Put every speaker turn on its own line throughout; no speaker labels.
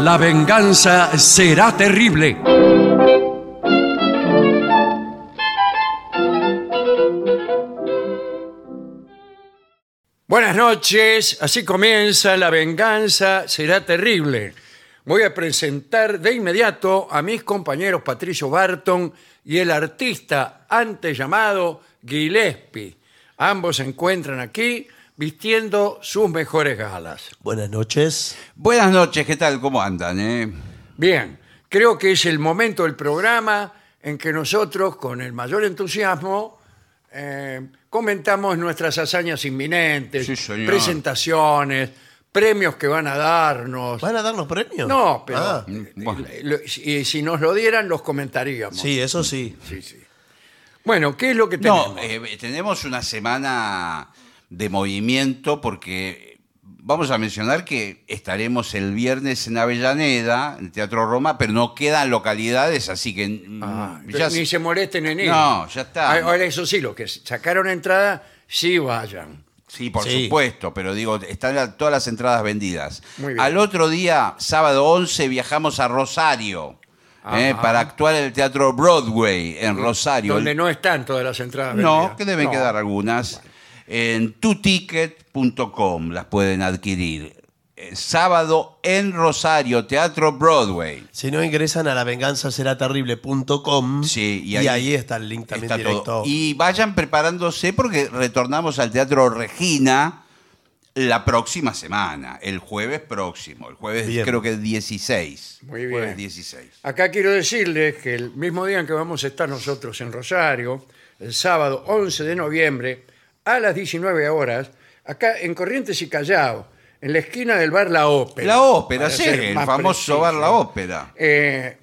La venganza será terrible. Buenas noches, así comienza La venganza será terrible. Voy a presentar de inmediato a mis compañeros Patricio Barton y el artista antes llamado Gillespie. Ambos se encuentran aquí vistiendo sus mejores galas.
Buenas noches.
Buenas noches, ¿qué tal? ¿Cómo andan? eh?
Bien, creo que es el momento del programa en que nosotros, con el mayor entusiasmo, eh, comentamos nuestras hazañas inminentes,
Sí, señor.
presentaciones, premios que van a darnos.
¿Van a darnos premios?
No, pero
Ah,
eh,
bueno.
lo- si, eh, si nos lo dieran, los comentaríamos.
sí, eso sí.
Sí, sí. Bueno, ¿qué es lo que tenemos?
No, eh, tenemos una semana de movimiento porque vamos a mencionar que estaremos el viernes en Avellaneda, en el Teatro Roma, pero no quedan localidades, así que mm,
Ah,
ya
ni
se-
se molesten en ir.
No, ya está.
Ah, Ahora, eso sí, los que sacaron entrada, sí vayan.
Sí, por
Sí.
supuesto, pero digo, están la- todas las entradas vendidas.
Muy bien.
Al otro día, sábado 11, viajamos a Rosario eh,
Ajá.
para actuar en el Teatro Broadway en Rosario.
Donde no están todas las entradas.
No,
vendidas.
que deben
No.
quedar algunas. En tuticket.com las pueden adquirir. Eh, Sábado en Rosario, Teatro Broadway.
Si no ingresan a lavenganzaseraterrible.com
Sí, y
y
ahí-
ahí, está el link también
Está
directo.
todo. Y vayan preparándose porque retornamos al Teatro Regina la próxima semana, el jueves próximo, el jueves
Bien.
creo que 16.
Muy bien.
Jueves 16.
Acá quiero decirles que el mismo día en que vamos a estar nosotros en Rosario, el sábado 11 de noviembre, a las 19 horas, acá en Corrientes y Callao, en la esquina del bar La Ópera.
La ópera,
Para
sí,
ser
el
más
famoso
preciso.
bar La Ópera.
Eh,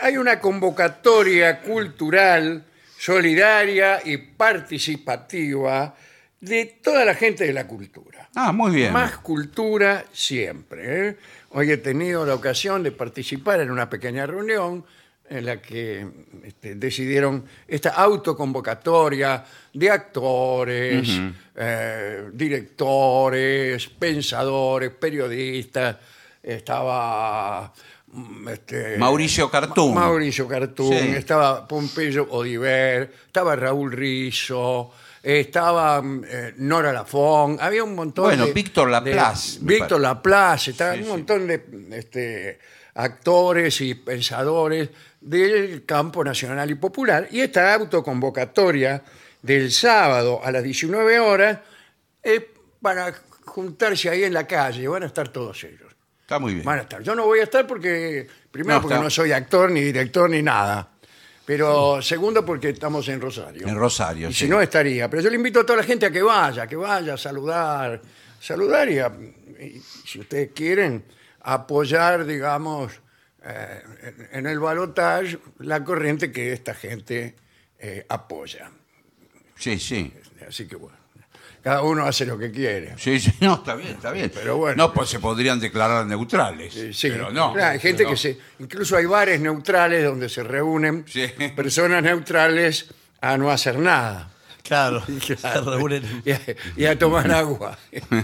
hay una convocatoria cultural, solidaria y participativa de toda la gente de la cultura.
Ah, muy bien.
Más cultura siempre. ¿eh? Hoy he tenido la ocasión de participar en una pequeña reunión en la que este, decidieron esta autoconvocatoria de actores, eh, directores, pensadores, periodistas. Estaba... mm, este,
Mauricio Cartún.
Ma- Mauricio Cartún,
Sí.
estaba Pompeyo Odiver, estaba Raúl Rizzo, estaba mm, eh, Nora Lafón, había un montón
Bueno,
de-
Víctor
de-
Laplace, me
Víctor
parece.
Laplace, estaba
Sí,
un
sí.
montón de este, actores y pensadores del campo nacional y popular. Y esta autoconvocatoria del sábado a las 19 horas es para juntarse ahí en la calle, van a estar todos ellos.
Está muy bien.
Van a estar. Yo no voy a estar porque, primero,
No,
porque
está.
no soy actor, ni director, ni nada. Pero segundo, porque estamos en Rosario.
En Rosario,
Y
sí.
si no, estaría. Pero yo le invito a toda la gente a que vaya, que vaya a saludar. Saludar y, a- y si ustedes quieren, apoyar, digamos, eh, en- en el balotaje la corriente que esta gente eh, apoya.
Sí, sí.
Así que bueno, cada uno hace lo que quiere.
Sí, sí, no, está bien, está bien.
Pero bueno.
No, pues se podrían declarar neutrales.
Eh, Sí,
pero no.
Claro, hay gente
pero-
que se. Incluso hay bares neutrales donde se reúnen
Sí.
personas neutrales a no hacer nada
Claro, se reúnen.
y a, y a tomar agua.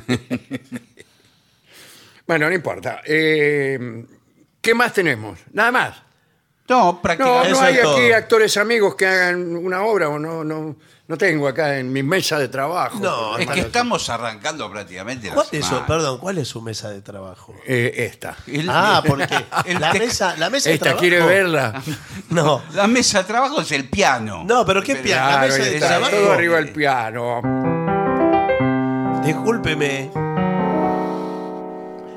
bueno, no importa. Eh, ¿Qué más tenemos? Nada más.
No,
No,
prácticamente.
no
Eso
hay
es
aquí
todo.
actores amigos que hagan una obra o no, no, no tengo acá en mi mesa de trabajo.
No,
es que
Hermano,
estamos arrancando prácticamente la
¿Cuál es su,
semana.
perdón, ¿cuál es su mesa de trabajo?
eh, esta.
El-
ah, porque
el
la
tec-
mesa, la mesa de
Esta
trabajo.
quiere verla.
No.
La mesa de trabajo es el piano.
No, pero ¿qué piano? La
Claro,
mesa de
está
trabajo.
todo arriba del piano.
Discúlpeme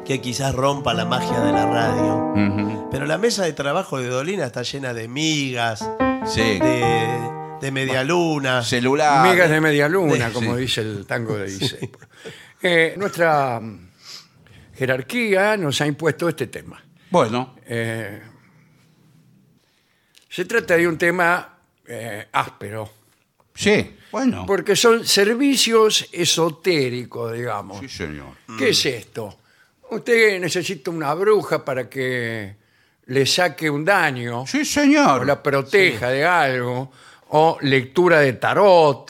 que quizás rompa la magia de la radio,
Ujú.
pero la mesa de trabajo de Dolina está llena de migas,
Sí.
de, de medialunas.
Celular.
Migas de media luna,
Sí,
como
sí.
dice el tango de Dice. nuestra mm, jerarquía nos ha impuesto este tema.
Bueno,
Eh, se trata de un tema eh, áspero,
sí, bueno.
porque son servicios esotéricos, digamos.
Sí, señor.
¿Qué es esto? Usted necesita una bruja para que le saque un daño,
Sí, señor.
o la proteja de algo, o lectura de tarot,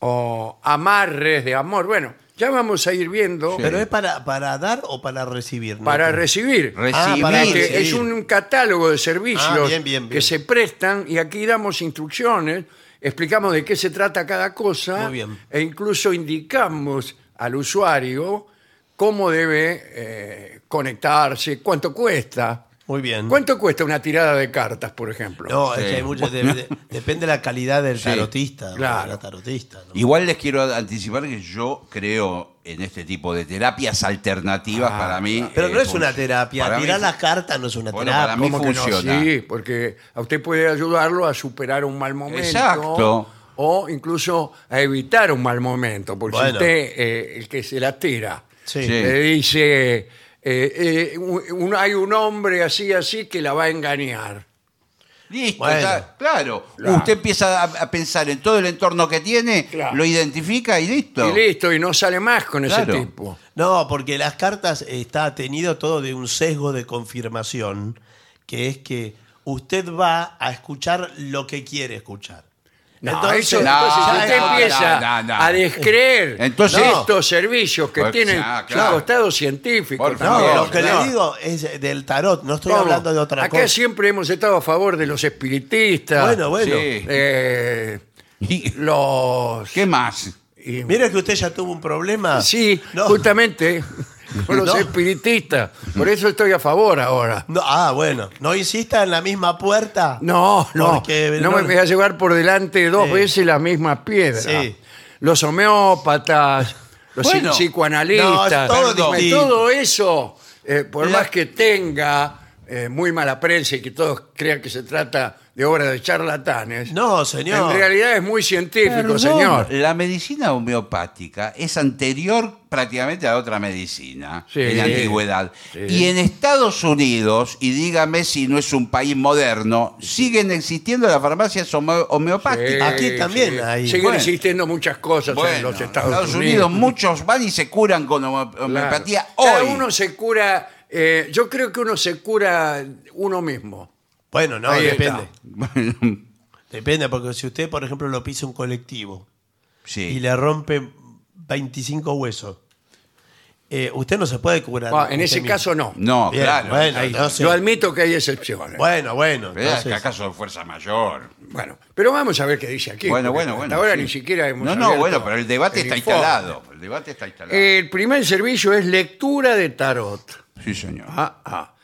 o amarres de amor. Bueno, Ya vamos a ir viendo
Pero es para, para dar o para recibir. ¿no?
para recibir.
Ah,
Recibir.
para
Porque
recibir.
es un catálogo de servicios
Ah, bien, bien, bien.
que se prestan y aquí damos instrucciones, explicamos de qué se trata cada cosa
Muy bien.
e incluso indicamos al usuario cómo debe eh, conectarse, cuánto cuesta.
Muy bien.
¿Cuánto cuesta una tirada de cartas, por ejemplo?
Mm. No, es
Sí.
que hay mucho- de- de- depende de la calidad del tarotista.
claro.
Claro. tarotista ¿no?
Igual les quiero anticipar que yo creo en este tipo de terapias alternativas
Ah,
para mí.
Pero
eh,
no es
fun-
una terapia.
para mí
Tirar
fu-
las cartas no es una
Bueno,
terapia.
para mí
¿Cómo que no?
funciona.
Sí, porque a usted puede ayudarlo a superar un mal momento.
Exacto.
O incluso a evitar un mal momento. Porque si
Bueno.
usted, eh, el que se la tira,
Sí.
Sí.
le dice, eh, eh, un- un- hay un hombre así, así, que la va a engañar.
Listo,
Bueno.
está- claro.
Claro.
Usted empieza a, a pensar en todo el entorno que tiene,
Claro.
lo identifica y listo.
Y listo, y no sale más con
Claro.
ese tipo.
No, porque las cartas está atenido todo de un sesgo de confirmación, que es que usted va a escuchar lo que quiere escuchar.
No,
Entonces-
eso-
No,
entonces si
no,
usted
no,
empieza
no, no.
a descreer
Entonces-
estos servicios que
Pues,
tienen
ah,
su
claro.
costado científico
Por
No,
también.
favor.
lo que
claro.
le digo es del tarot, no estoy
¿Cómo?
hablando de otra
Acá
cosa.
siempre hemos estado a favor de los espiritistas.
Bueno, bueno.
Sí.
eh,
Y-
los.
¿Qué más?
y-
Mire que usted ya tuvo un problema.
sí,
No.
justamente con los
No.
espiritistas. Por eso estoy a favor ahora.
No, ah, bueno. No insista en la misma puerta.
No, no.
Porque
no, me voy a llevar por delante dos
Sí.
veces la misma piedra.
Sí.
Los homeópatas, los
Bueno,
psicoanalistas.
no,
todo,
es todo distinto.
eso, eh, por
La-
más que tenga eh, muy mala prensa y que todos crean que se trata de obra de charlatanes.
No, señor.
En realidad es muy científico,
Perdón,
señor.
La medicina homeopática es anterior prácticamente a otra medicina
Sí.
en la antigüedad.
Sí.
Y en Estados Unidos, y dígame si no es un país moderno, siguen existiendo las farmacias homo- homeopáticas.
Aquí también hay-
Siguen
Bueno.
existiendo muchas cosas en los Estados,
Unidos, muchos van y se curan con homo-
Claro.
homeopatía
Cada
hoy.
uno se cura, eh, yo creo que uno se cura uno mismo.
Bueno, no,
Ahí
depende.
está.
Bueno,
Depende, porque si usted, por ejemplo, lo pisa un colectivo
sí.
y le rompe 25 huesos, eh, usted no se puede curar.
Bueno, en
usted
ese
mismo.
caso no.
No,
Bien,
claro.
bueno,
Ahí-
no sé.
Yo admito que hay excepciones. Bueno,
Bueno, bueno.
¿verdad?
entonces-
¿Acaso de fuerza mayor?
pero vamos a ver qué dice aquí.
Bueno,
porque
bueno,
hasta
bueno.
ahora
sí.
ni siquiera hemos
No, no,
abierto
bueno, pero el debate está
informe. Eh,
instalado. El debate está instalado.
El primer servicio es lectura de tarot.
sí, señor.
Ah, ah.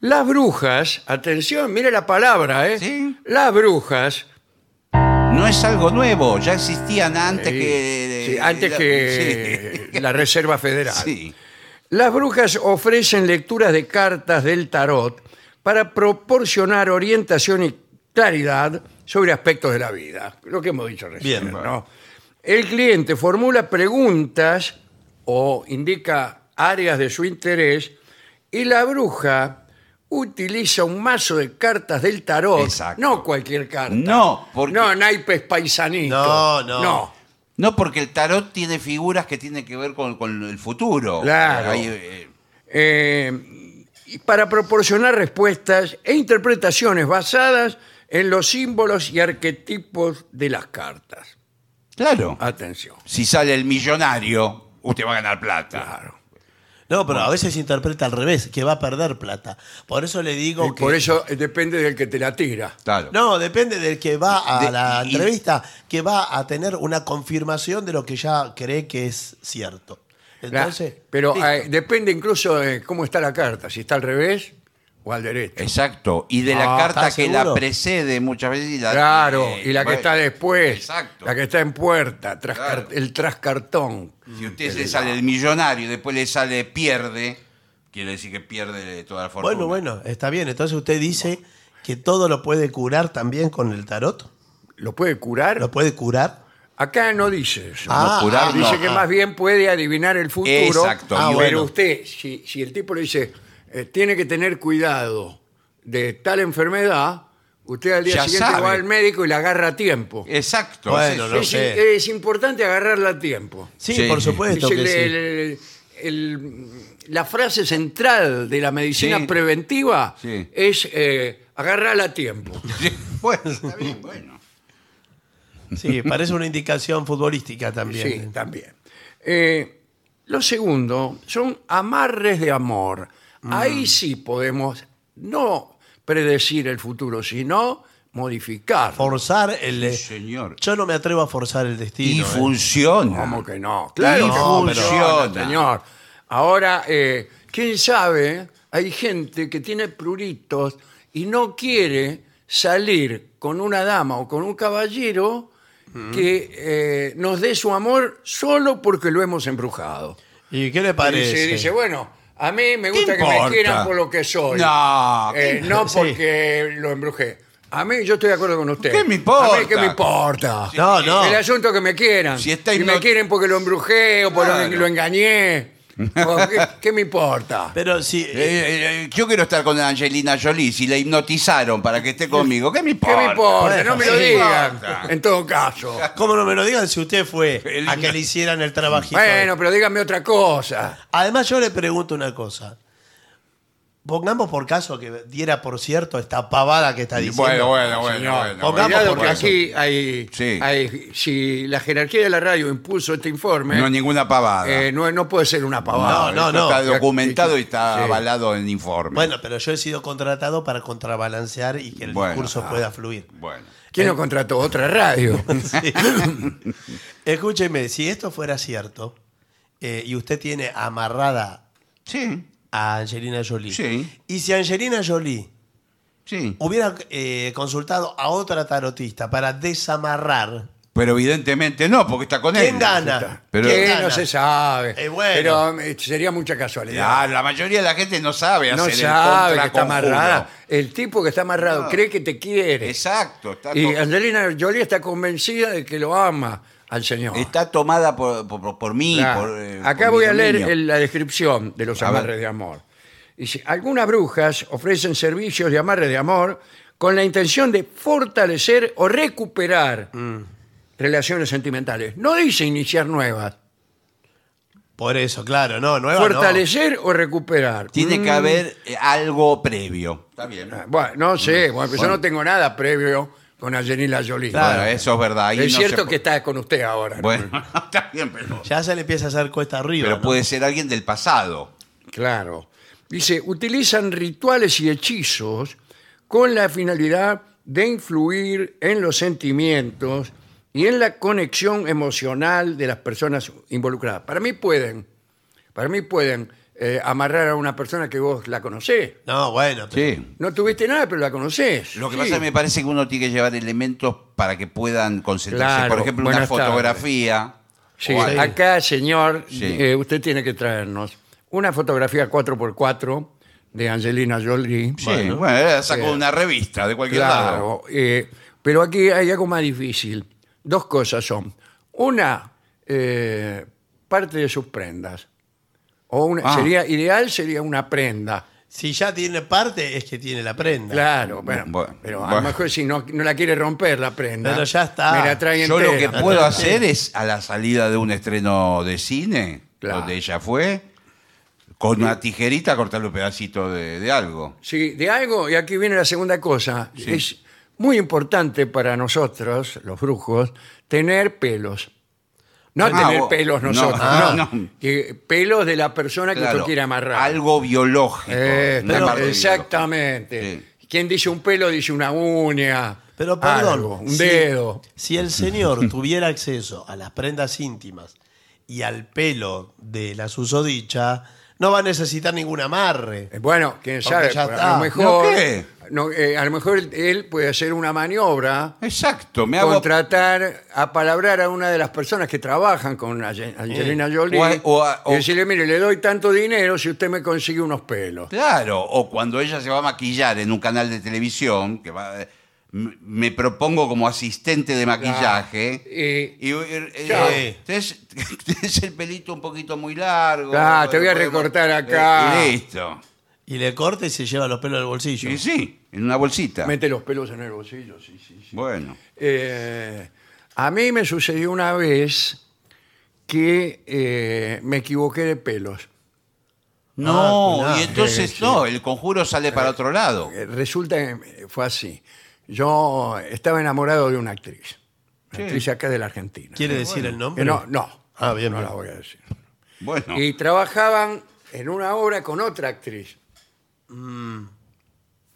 Las brujas, atención, mire la palabra, ¿eh?
Sí.
Las brujas
No es algo nuevo, ya existían antes
Sí,
que.
sí, antes que
Sí.
la Reserva Federal.
Sí.
Las brujas ofrecen lecturas de cartas del tarot para proporcionar orientación y claridad sobre aspectos de la vida, lo que hemos dicho recién.
Bien.
¿no? El cliente formula preguntas o indica áreas de su interés y la bruja utiliza un mazo de cartas del tarot,
Exacto.
no cualquier carta.
No, porque-
no naipes paisanitos.
No, no.
no.
No, porque el tarot tiene figuras que tienen que ver con, con el futuro.
Claro.
Ahí, eh,
eh, y para proporcionar respuestas e interpretaciones basadas en los símbolos y arquetipos de las cartas.
claro.
Atención.
Si sale el millonario, usted va a ganar plata.
Claro.
No, pero a veces se interpreta al revés, que va a perder plata. Por eso le digo
Y
que.
por eso eh, depende del que te la tira.
Claro.
No, depende del que va a
De-
la
y-
entrevista, que va a tener una confirmación de lo que ya cree que es cierto.
La-
Entonces,
pero
listo.
eh, depende incluso de cómo está la carta, si está al revés o al derecho.
Exacto. Y de la
Ah,
carta
¿estás
que
seguro?
la precede muchas veces. y la-
Claro,
eh,
y la que
bueno,
está después,
Exacto.
la que está en puerta, tras
Claro.
car- el trascartón.
Si usted le sale el millonario y después le sale pierde, quiere decir que pierde toda la fortuna.
bueno, bueno, está bien. Entonces usted dice que todo lo puede curar también con el tarot.
¿Lo puede curar?
Lo puede curar.
Acá no dice eso.
Ah,
curar
ah,
Dice
no.
que más bien puede adivinar el futuro.
Exacto.
Ah,
pero
bueno.
usted, si, si el tipo le dice, eh, tiene que tener cuidado de tal enfermedad, usted al día
Ya
siguiente
sabe.
va al médico y la agarra a tiempo.
Exacto.
Bueno,
es
no
eso.
es,
sé.
es importante agarrarla a tiempo.
Sí,
Sí.
por supuesto
Dice
que
el-
sí.
el- el- la frase central de la medicina
Sí.
preventiva
Sí.
es eh, agarrarla a tiempo.
Sí, Bueno, está bien, bueno.
Sí, parece una indicación futbolística también.
Sí, también. Eh, Lo segundo son amarres de amor. Ahí sí podemos no predecir el futuro, sino modificar.
Forzar el.
Sí, señor.
Yo no me atrevo a forzar el
Y
destino. ¿eh?
funciona.
¿Cómo que no? Claro
Y
que
funciona.
señor. Ahora, eh, quién sabe, hay gente que tiene pruritos y no quiere salir con una dama o con un caballero que eh, nos dé su amor solo porque lo hemos embrujado.
¿Y qué le
Y
parece?
se dice, bueno, a mí me gusta que me
importa?
quieran por lo que soy.
No,
Eh,
¿qué-
no
sí.
porque lo embrujé. A mí yo estoy de acuerdo con usted.
¿Qué me importa?
A mí qué me importa.
No, no.
El asunto es que me quieran.
Si
Si
está hipno-
me quieren porque lo embrujé o porque
Claro.
lo engañé. O ¿Qué, qué me importa?
Pero si.
Eh, eh, yo quiero estar con Angelina Jolie. Si la hipnotizaron para que esté conmigo, ¿qué
¿Qué
me importa?
me importa? No me lo
Sí.
digan.
Importa.
En todo caso.
¿Cómo no me lo digan si usted fue
El-
a que le hicieran el trabajito?
Bueno, pero díganme otra cosa.
Además, yo le pregunto una cosa. Pongamos por caso que diera por cierto esta pavada que está diciendo.
Bueno, bueno, bueno.
Señor,
bueno,
pongamos
bueno.
Cuidado
por
que
eso.
aquí hay,
Sí.
hay- Si la jerarquía de la radio impuso este informe,
No ninguna pavada.
eh, no, no puede ser una pavada.
No, no,
esto
no.
Está documentado y está
Sí.
avalado en informe.
Bueno, pero yo he sido contratado para contrabalancear y que el
Bueno, Ah.
discurso pueda fluir.
Bueno.
¿Quién lo contrató? Otra radio.
Sí. Escúcheme, si esto fuera cierto eh, y usted tiene amarrada
Sí,
a Angelina Jolie,
Sí.
y si Angelina Jolie
sí.
hubiera eh, consultado a otra tarotista para desamarrar,
Pero evidentemente no, porque está con él.
¿quién gana?
Pero-
¿Quién
Que
gana?
no se sabe.
Eh, bueno.
Pero eh, sería mucha casualidad.
Ah, la mayoría de la gente no sabe
no
hacer
sabe
el
que está
contraconjuro.
amarrada. El tipo que está amarrado
Ah.
No.
cree que te quiere.
Exacto. Está,
Y
to-
Angelina Jolie está convencida de que lo ama al señor.
está tomada por, por, por mí.
Claro.
por, eh,
Acá
por
voy
mi
a leer
dominio.
el- la descripción de los
A
amarres
ver.
de amor. Dice, algunas brujas ofrecen servicios de amarre de amor con la intención de fortalecer o recuperar
Mm.
relaciones sentimentales. No dice iniciar nuevas.
Por eso, claro, no, nueva no.
fortalecer o recuperar.
Ah, Tiene que haber eh, algo previo. Está bien.
Ah, Bueno, no
Mm.
sé, bueno, pues yo no tengo nada previo con Angelina Jolie.
Claro, eso es verdad. ahí
es
no
cierto
se-
que está con usted ahora. ¿no?
Bueno, está bien, pero...
Ya se le empieza a hacer cuesta arriba.
Pero
¿no?
puede ser alguien del pasado.
Claro. Dice, utilizan rituales y hechizos con la finalidad de influir en los sentimientos y en la conexión emocional de las personas involucradas. Para mí pueden, para mí pueden eh, amarrar a una persona que vos la conocés.
No, bueno, pero-
Sí.
No tuviste nada, pero la conocés.
Lo que
Sí.
pasa es que me parece que uno tiene que llevar elementos para que puedan concentrarse.
Claro,
Por ejemplo, una
buenas tardes.
fotografía.
Sí,
o algo.
acá, señor,
Sí.
eh, usted tiene que traernos una fotografía 4x4 de Angelina Jolie.
Sí, bueno, eh, saco
Sí.
una revista de cualquier lado.
Claro, eh, pero aquí hay algo más difícil. Dos cosas son. Una, eh, parte de sus prendas. O una,
Ah.
sería ideal sería una prenda.
si ya tiene parte, es que tiene la prenda.
Claro, bueno,
Bueno,
pero a lo
bueno.
mejor si no, no la quiere romper la prenda.
Pero ya está.
Me la trae
Yo lo que
entera.
puedo hacer es, a la salida de un estreno de cine,
Claro.
donde ella fue, con una tijerita cortarle un pedacito de, de algo.
Sí, de algo, y aquí viene la segunda cosa. Es muy importante para nosotros, los brujos, tener pelos. No
Ah,
tener
vos-
pelos
no,
nosotros,
ah,
no.
no.
Que pelos de la persona que
Claro,
usted quiere amarrar.
Algo biológico.
Eh,
una
pero-
parte biológica.
exactamente. Quien dice un pelo dice una uña.
Pero perdón,
algo, un
si-
dedo.
Si el señor tuviera acceso a las prendas íntimas y al pelo de la susodicha, no va a necesitar ningún amarre.
Eh, Bueno, quién sabe,
ya
a
está.
lo mejor,
¿No qué?
no, eh, a lo mejor él puede hacer una maniobra,
Exacto, me hago...
contratar, a palabrar a una de las personas que trabajan con Ange- Angelina Jolie
O a- o a- o-
y decirle, mire, le doy tanto dinero si usted me consigue unos pelos.
Claro, o cuando ella se va a maquillar en un canal de televisión, que va, me- me propongo como asistente de maquillaje.
Eh,
Y, eh, eh,
Claro.
eh, tenés, tenés el pelito un poquito muy largo.
Claro, te voy a
Bueno,
recortar
eh,
acá.
y listo.
Y le corta y se lleva los pelos del bolsillo.
Y sí, en una bolsita.
Mete los pelos en el bolsillo, sí, sí, sí.
Bueno.
Eh, a mí me sucedió una vez que eh, me equivoqué de pelos.
No,
Ah,
mirá.
y entonces
Sí, sí.
no, el conjuro sale para otro lado.
Eh, Resulta que fue así. Yo estaba enamorado de una actriz. Una actriz acá de la Argentina.
¿Quiere decir el nombre?
Que no, no.
Ah, bien,
No
bien.
la voy a decir.
Bueno.
Y trabajaban en una obra con otra actriz.
Mm.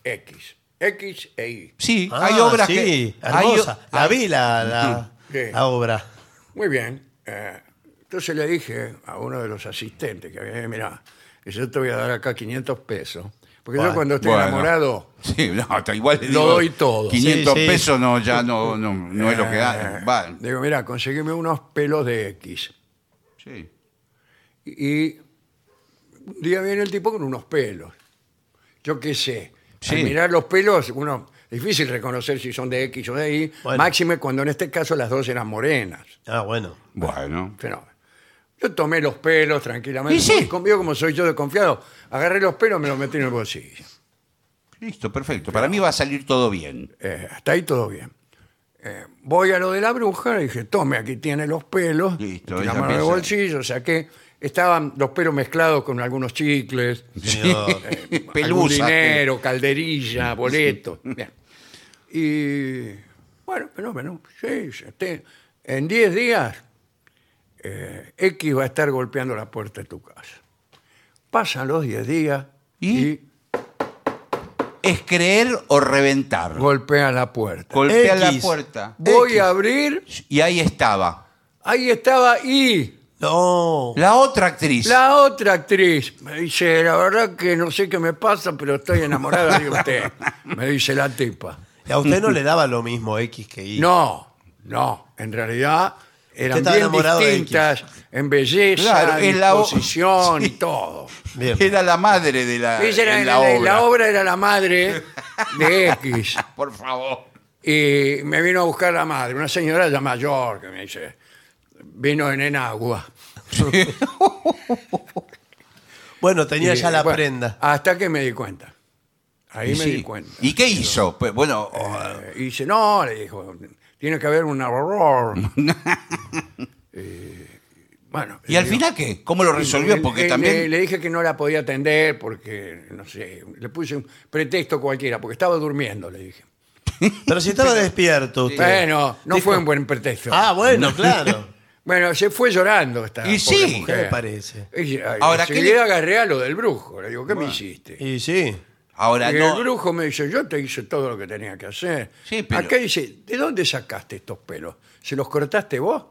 X. X e Y.
Sí,
Ah,
hay obras
sí,
que. hay o- ah,
Hermosa. La vi la, la-
Sí.
la obra.
Muy bien. eh, entonces le dije a uno de los asistentes que había, mira, yo te voy a dar acá 500 pesos. Porque yo
Bueno,
cuando estoy
bueno.
enamorado...
Sí, no, hasta igual le
Lo
digo,
doy todo.
500
Sí, sí.
pesos no, ya no, no, no es lo que da.
eh,
Va,
Digo, mira, conseguime unos pelos de X.
sí.
Y un día viene el tipo con unos pelos. Yo qué sé. Al
Sí.
mirar los pelos, uno difícil reconocer si son de X o de Y.
Bueno.
Máxime cuando en este caso las dos eran morenas.
Ah, bueno.
Bueno.
Fenómeno. Yo tomé los pelos tranquilamente.
Y sí.
porque Conmigo, como soy yo desconfiado, agarré los pelos y me los metí en el bolsillo.
Listo, perfecto. Para mí va a salir todo bien.
Eh, hasta ahí todo bien. Eh, voy a lo de la bruja, le dije, tome, aquí tiene los pelos.
Listo,
Metí
ella
la mano en el
piensa-
bolsillo, saqué. Estaban los pelos mezclados con algunos chicles.
Señor.
algún
Pelusa.
dinero, calderilla, boleto. Bien. Y bueno, fenómeno. Sí, sí, te- en 10 días eh, X va a estar golpeando la puerta de tu casa. Pasan los 10 días
¿Y?
¿Y?
Es creer o reventar.
golpea la puerta.
Golpea la
X.
puerta.
Voy a abrir,
Y ahí estaba.
ahí estaba Y,
No.
La otra actriz.
la otra actriz. Me dice, la verdad que no sé qué me pasa, pero estoy enamorada de usted. Me dice la tipa.
A usted no le daba lo mismo X que Y.
No, no. En realidad eran
estaba
bien
enamorado de
distintas en belleza,
Claro,
en
es la o-
posición y todo.
Bien.
Era la madre de la,
Ella era-
de
la, la obra. era la madre de X.
Por favor.
Y me vino a buscar la madre, una señora ya mayor que me dice, vino en enagua.
Bueno, tenía
Y,
ya la
bueno,
prenda.
Hasta que me di cuenta. Ahí me
Sí.
di cuenta.
¿Y qué hizo? Pues, bueno,
Eh, y dice, no, le dijo, tiene que haber un horror. Eh, bueno,
¿y
le
al
digo,
final qué? ¿Cómo lo resolvió? Porque
Le- Le,
también.
le dije que no la podía atender porque, no sé, le puse un pretexto cualquiera, porque estaba durmiendo, le dije.
Pero si estaba despierto usted.
Bueno, no fue un buen pretexto.
Ah, bueno, claro.
Bueno, se fue llorando esta pobre
Y sí.
¿Qué
mujer.
le parece?
Y, ay,
Ahora, ¿qué
enseguida
le-
agarré a lo del brujo. Le digo, ¿qué me hiciste?
Y sí.
Ahora
Y
no.
el brujo me dice, yo te hice todo lo que tenía que hacer.
Sí, pero-
Acá dice, ¿de dónde sacaste estos pelos? ¿Se los cortaste vos?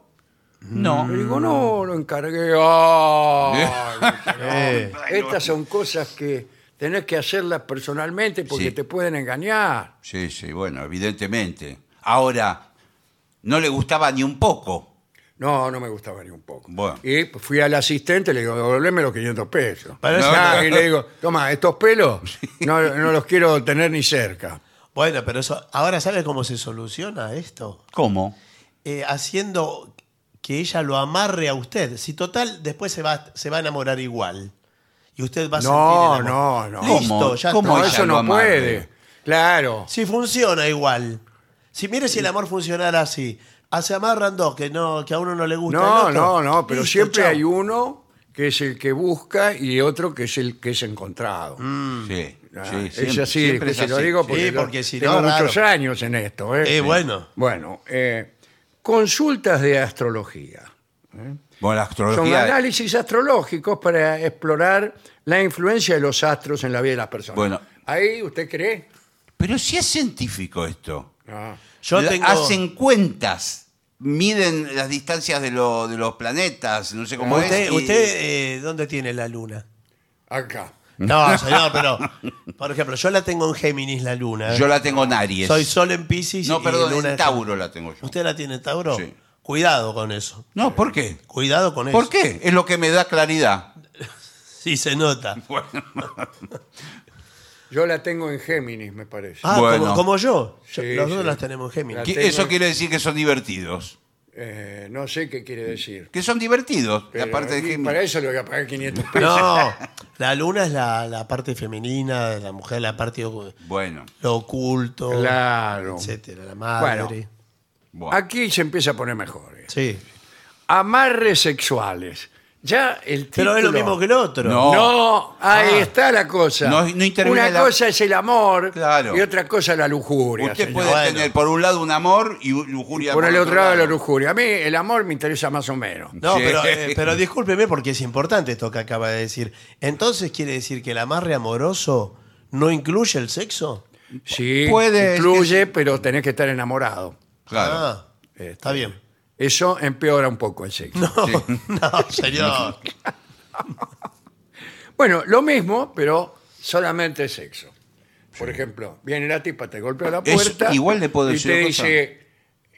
No.
Le digo, no, lo encargué. Ay,
Eh.
Estas son cosas que tenés que hacerlas personalmente porque
Sí.
te pueden engañar.
Sí, sí, bueno, evidentemente. Ahora, no le gustaba ni un poco.
No, no me gustaba ni un poco.
Bueno.
Y pues fui al asistente y le digo, devolveme los 500 pesos.
Parece-
Ah, Y le digo, toma, estos pelos no, no los quiero tener ni cerca.
Bueno, pero eso. Ahora, ¿sabe cómo se soluciona esto?
¿Cómo?
Eh, haciendo que ella lo amarre a usted. Si total, después se va, se va a enamorar igual. Y usted va a
No,
sentir. el
no,
amor.
no.
Listo, ya
¿Cómo?
No,
ella
está.
eso
lo
no
amarre.
puede. Claro.
Si funciona igual. Si mire si el amor funcionara así. Ah, se amarran dos, que no, que a uno no le gusta.
No,
el
no,
otro.
no, pero
Listo,
siempre
chao.
hay uno que es el que busca y otro que es el que es encontrado.
Mm. Sí,
Ah,
sí,
es
siempre-
así,
siempre
que
es
se lo
así.
digo porque,
Sí,
yo
porque si
tengo
no, raro.
muchos años en esto. ¿eh?
Eh, bueno.
Bueno, eh, consultas de astrología.
Bueno, la
Son
astrología.
análisis astrológicos para explorar la influencia de los astros en la vida de las personas.
Bueno.
¿Ahí usted cree?
Pero si es científico esto.
No.
Yo
La-
tengo.
Hacen cuentas, miden las distancias de, lo- de los planetas, no sé cómo
¿Usted,
es. y-
usted, eh, dónde tiene la luna?
Acá.
No, señor, pero. Por ejemplo, yo la tengo en Géminis, la luna. ¿eh?
Yo la tengo en Aries.
Soy Sol en Pisces.
no,
y
perdón,
luna
en Tauro la tengo yo.
¿Usted la tiene en Tauro?
Sí.
Cuidado con eso.
No, ¿por qué?
Cuidado con eso.
¿Por qué? Es lo que me da claridad.
Sí, se nota.
Yo la tengo en Géminis, me parece.
Ah,
Bueno.
como, como yo. Yo-
Sí,
Los dos
sí.
las tenemos en Géminis.
La-
Que
tengo-
Eso quiere decir que son divertidos.
Eh, no sé qué quiere decir.
Que son divertidos, la
Pero,
parte de
y
Géminis.
Para eso le voy a pagar 500 pesos.
No, la luna es la, la parte femenina de la mujer, la parte o-
Bueno,
lo oculto,
Claro.
etcétera, la madre.
Bueno.
bueno.
Ah, Aquí se empieza a poner mejor.
Sí.
Amarres ¿eh? sexuales. Ya el título...
Pero es lo mismo que el otro.
No.
No, ahí
Ah.
está la cosa.
No- no interviene
Una
la-
cosa es el amor
Claro.
y otra cosa la lujuria.
Usted
señor.
puede
Bueno.
tener por un lado un amor y u- lujuria
Por el otro lado la
lado.
lujuria. A mí el amor me interesa más o menos.
No,
Sí.
pero, eh, pero discúlpeme porque es importante esto que acaba de decir. Entonces quiere decir que el amarre amoroso no incluye el sexo.
Sí,
Puede-
incluye, pero tenés que estar enamorado.
Claro.
Ah,
Este.
está bien.
Eso empeora un poco el sexo.
No, no, señor.
Bueno, lo mismo, pero solamente sexo. Por ejemplo, viene la tipa, te golpea la
Es
puerta.
igual de
Y te
poderoso,
dice,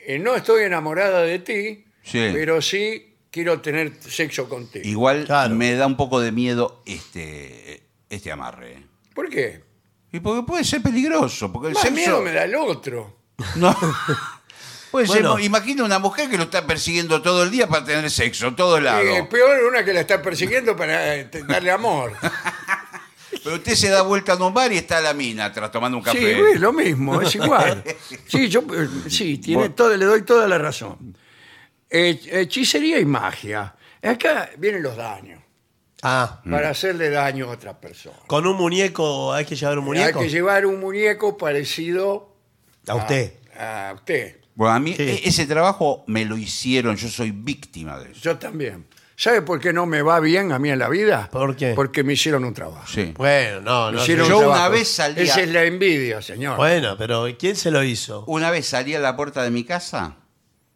eh, no estoy enamorada de ti,
Sí.
pero sí quiero tener sexo contigo.
Igual
Claro.
me da un poco de miedo este, este amarre.
¿Por qué?
Y porque puede ser peligroso, porque el
Más
sexo-
miedo me da el otro.
No. Puede ser-
Bueno.
imagina una mujer que lo está persiguiendo todo el día para tener sexo, todo el lado.
Eh, peor una que la está persiguiendo para eh, darle amor.
Pero usted se da vuelta en un bar y está la mina atrás tomando un
Sí,
café.
es lo mismo, es igual. Sí, yo eh, sí, tiene
Bueno.
todo, le doy toda la razón. Eh, hechicería y magia. Acá vienen los daños.
Ah,
Mm.
Para hacerle daño a otra persona.
con un muñeco, hay que llevar un muñeco.
Hay que llevar un muñeco parecido
A usted.
a usted.
Bueno, a mí
Sí.
e- ese trabajo me lo hicieron, yo soy víctima de eso.
Yo también. ¿Sabe por qué no me va bien a mí en la vida?
¿Por qué?
Porque me hicieron un trabajo.
Sí.
Bueno, no,
Me
no.
Ah. hicieron
yo
señor.
un
una
trabajo.
vez salí a-
Esa es la envidia, señor.
Bueno, pero ¿quién se lo hizo?
Una vez salí a la puerta de mi casa,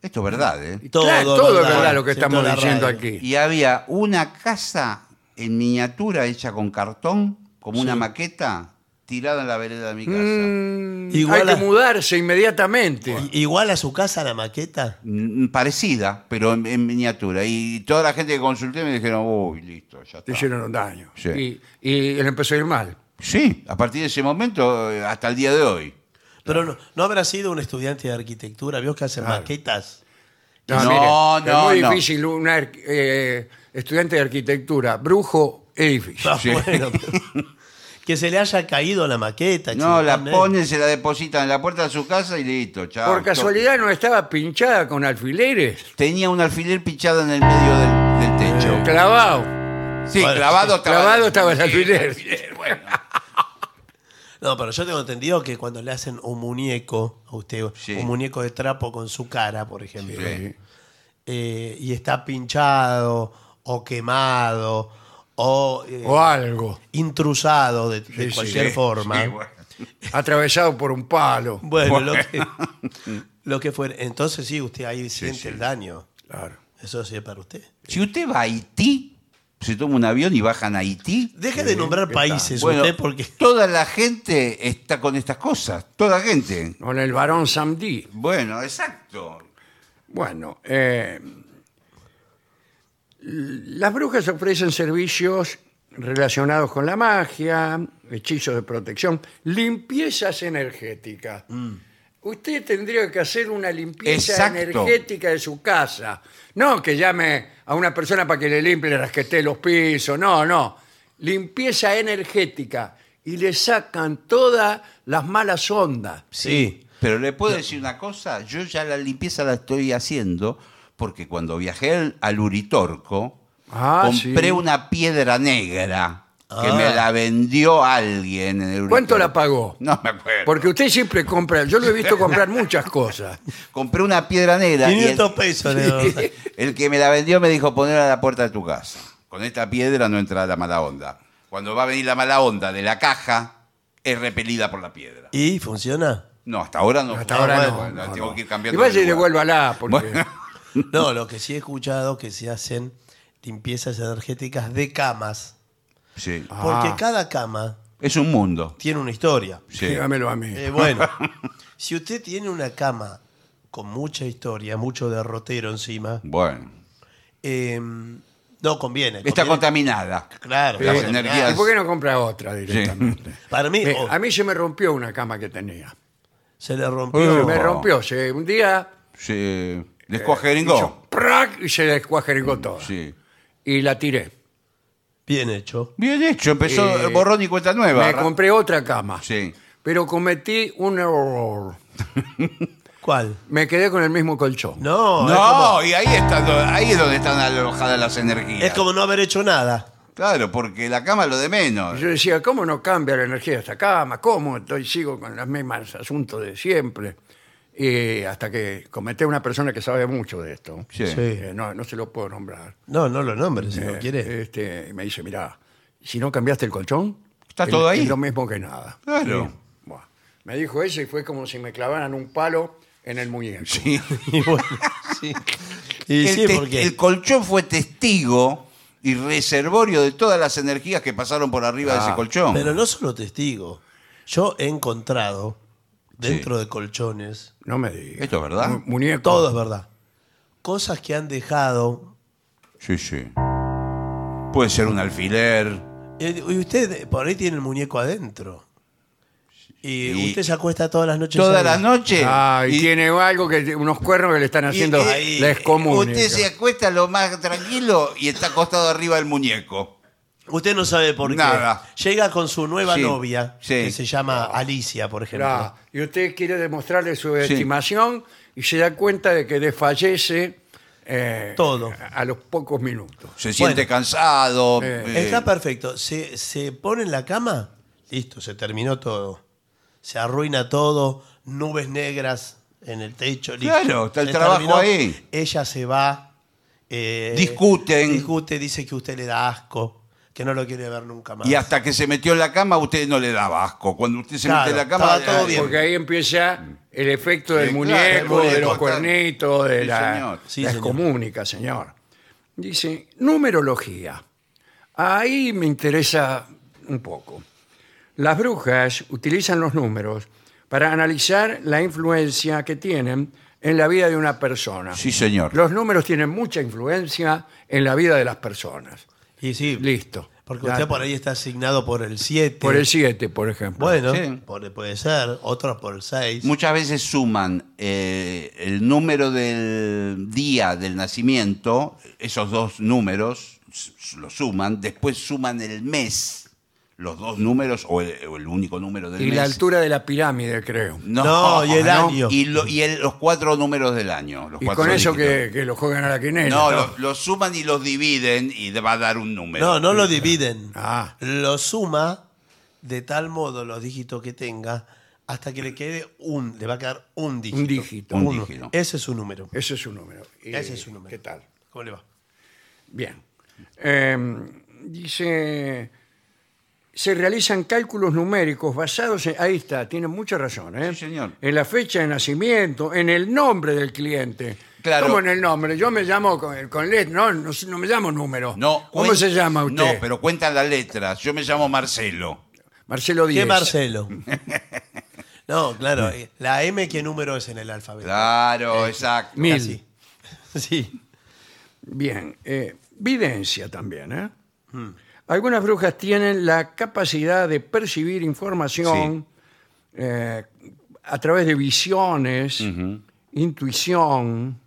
esto es verdad, ¿eh?
Claro, todo es verdad lo que
Siento
estamos
la
diciendo
radio.
aquí.
Y había una casa en miniatura hecha con cartón, como una maqueta, tirada en la vereda de mi casa.
Mm,
Igual
hay
a-
que mudarse inmediatamente.
I- Igual a su casa la maqueta.
Mm, Parecida, pero en, en miniatura. Y toda la gente que consulté me dijeron, uy, listo, ya
Te
está.
hicieron un daño.
Sí.
Y, y él empezó a ir mal.
Sí, a partir de ese momento eh, hasta el día de hoy.
Pero no, no habrá sido un estudiante de arquitectura, vio que hace maquetas.
No,
mire,
no,
Es muy
no.
difícil un ar- eh, estudiante de arquitectura, brujo, edificio.
Ah,
Sí.
bueno, pero- que se le haya caído la maqueta.
No, la
chingón, ¿eh?
ponen, se la depositan en la puerta de su casa y listo, chao.
Por casualidad no estaba pinchada con alfileres.
Tenía un alfiler pinchado en el medio del, del techo.
Eh,
Clavado.
Sí,
Bueno,
clavado estaba.
Clavado estaba el
Sí,
alfiler.
bueno.
No, pero yo tengo entendido que cuando le hacen un muñeco a usted,
Sí.
un muñeco de trapo con su cara, por ejemplo,
Sí.
eh, y está pinchado o quemado o, eh,
O algo.
intrusado de, de
sí,
cualquier
sí,
forma.
sí,
bueno,
bueno.
Atravesado por un palo.
Lo, que, lo que fuera. Entonces sí, usted ahí siente el daño.
Claro.
Eso sí es para usted.
Si usted va a Haití, se toma un avión y bajan a Haití.
Deje de nombrar países
bueno,
usted porque...
toda la gente está con estas cosas, toda gente.
Con el varón Samdí.
Bueno, exacto.
Bueno, eh, las brujas ofrecen servicios relacionados con la magia, hechizos de protección, limpiezas energéticas. Usted tendría que hacer una limpieza
Mm. Exacto.
energética de su casa. No que llame a una persona para que le limpie, le rasquete los pisos. No, no. Limpieza energética. Y le sacan todas las malas ondas.
Sí.
Pero le puedo decir una cosa, yo ya la limpieza la estoy haciendo porque cuando viajé al- al Uritorco,
Ah,
compré
sí.
una piedra negra que
Ah.
me la vendió alguien en el Uritorco.
¿Cuánto la pagó?
No me acuerdo.
Porque usted siempre compra, yo lo he visto comprar muchas cosas.
Compré una piedra negra. y el-
500 pesos. le doy.
El que me la vendió me dijo poner a la puerta de tu casa. Con esta piedra no entra la mala onda. Cuando va a venir la mala onda de la caja, es repelida por la piedra.
¿Y funciona?
No, hasta ahora no. Ah,
Hasta ahora no.
Bueno,
no,
tengo
no.
que ir
y
cambiando.
vaya
de
y
lugar.
devuélvala, porque
Bueno,
No, lo que sí he escuchado que se hacen limpiezas energéticas de camas.
sí.
Ah.
Porque cada cama
Es un mundo.
tiene una historia.
Sí.
dígamelo a mí.
Eh, bueno, si usted tiene una cama con mucha historia, mucho derrotero encima,
Bueno.
eh, no conviene.
Está
conviene-
contaminada.
Claro,
las
está contaminada.
energías.
¿Y por qué no compra otra directamente?
Para mí,
Me-
oh,
a mí se me rompió una cama que tenía.
se le
Se
rompió.
me
Oh.
rompió. se- un día
Sí.
Eh,
Descuajeringó.
¡prac! y se descuajeringó todo.
Mm, Sí.
Y la tiré.
Bien hecho.
Bien hecho. Empezó
Eh,
borrón y cuenta nueva.
Me compré otra cama.
Sí.
Pero cometí un error.
¿Cuál?
Me quedé con el mismo colchón.
No, es
No,
como-
y ahí, está, do- ahí es donde están alojadas las energías.
es como no haber hecho nada.
Claro, porque la cama es lo de menos.
Yo decía, ¿cómo no cambia la energía de esta cama? ¿Cómo? Entonces sigo con los mismos asuntos de siempre. Y hasta que comenté a una persona que sabe mucho de esto.
Sí.
Sí.
Eh, no, no se lo puedo nombrar.
No, no lo nombres si no
Eh,
quieres.
Este, y me dice, mirá, si no cambiaste el colchón...
Está
es-
todo ahí.
Es lo mismo que nada.
Claro.
Buah. Me dijo eso y fue como si me clavaran un palo en el muñeco.
Sí.
Y bueno, sí. Y
el,
sí,
te-
porque
el colchón fue testigo y reservorio de todas las energías que pasaron por arriba de
Ah,
ese colchón.
Pero no solo testigo. Yo he encontrado dentro de colchones,
No me digas.
Esto es verdad.
Mu- Muñeco.
todo es verdad, cosas que han dejado.
Sí, sí. Puede ser un alfiler.
Eh, Y usted eh, por ahí tiene el muñeco adentro. Y,
Y-
usted se acuesta todas las noches.
Todas
ahí.
las noches.
Ah, y, tiene algo que unos cuernos que le están haciendo
y-
la excomunica.
Usted se acuesta lo más tranquilo y está acostado arriba del muñeco.
Usted no sabe por
Nada.
qué. Llega con su nueva
Sí,
novia,
sí.
que se llama Alicia, por ejemplo.
Claro, y usted quiere demostrarle su estimación y se da cuenta de que desfallece eh,
Todo.
a los pocos minutos.
Se siente
Bueno.
cansado.
Eh,
eh,
Está perfecto. Se, se pone en la cama, listo, se terminó todo. Se arruina todo, nubes negras en el techo. listo.
Claro, está el
Se
trabajo ahí.
Ella se va. eh,
Discuten.
Discute, dice que usted le da asco, que no lo quiere ver nunca más.
y hasta que se metió en la cama, usted no le daba asco. Cuando usted se
Claro,
mete en la cama.
estaba todo
eh,
bien.
Porque ahí empieza el efecto del
Sí,
muñeco,
claro, el muñeco,
de los
claro.
cuernitos, de
Sí,
la,
señor.
Sí,
la
señor.
excomunica, señor. Dice, numerología. Ahí me interesa un poco. Las brujas utilizan los números para analizar la influencia que tienen en la vida de una persona.
Sí, señor.
Los números tienen mucha influencia en la vida de las personas.
Y sí,
Listo.
porque
Ya,
usted por ahí está asignado por el 7.
Por el 7, por ejemplo.
Bueno,
Sí.
por- puede ser. Otros por el 6.
Muchas veces suman eh, el número del día del nacimiento, esos dos números s- s- lo suman, después suman el mes, los dos números o el, o el único número del
y
mes.
la altura de la pirámide, creo.
No, y el año.
Y, lo- y el- los cuatro números del año. los
Y
cuatro
con eso
dígitos.
que, que lo juegan a la quinela.
No, lo- los suman y los dividen y va a dar un número.
No, no lo dividen.
Ah.
Lo suma de tal modo los dígitos que tenga hasta que le quede un, le va a quedar un dígito.
Un dígito.
Un
Uno.
dígito.
Ese es su número.
Ese es su número. Y-
Ese es su número.
¿Qué tal?
¿Cómo le va?
Bien. Em, dice, se realizan cálculos numéricos basados en... Ahí está, tiene mucha razón. ¿eh?
Sí, señor.
En la fecha de nacimiento, en el nombre del cliente.
Claro.
¿Cómo en el nombre? Yo me llamo con, con let, no, no, no me llamo número.
No,
¿Cómo
cuen-
se llama usted?
No, pero cuentan las letras. Yo me llamo Marcelo.
Marcelo
¿Qué
Díez.
Marcelo? no, claro. eh, La M, ¿qué número es en el alfabeto?
Claro,
Eh,
exacto.
Mil.
Casi. Sí.
Bien, eh, videncia también, ¿eh?
Hmm.
Algunas brujas tienen la capacidad de percibir información eh, a través de visiones, intuición,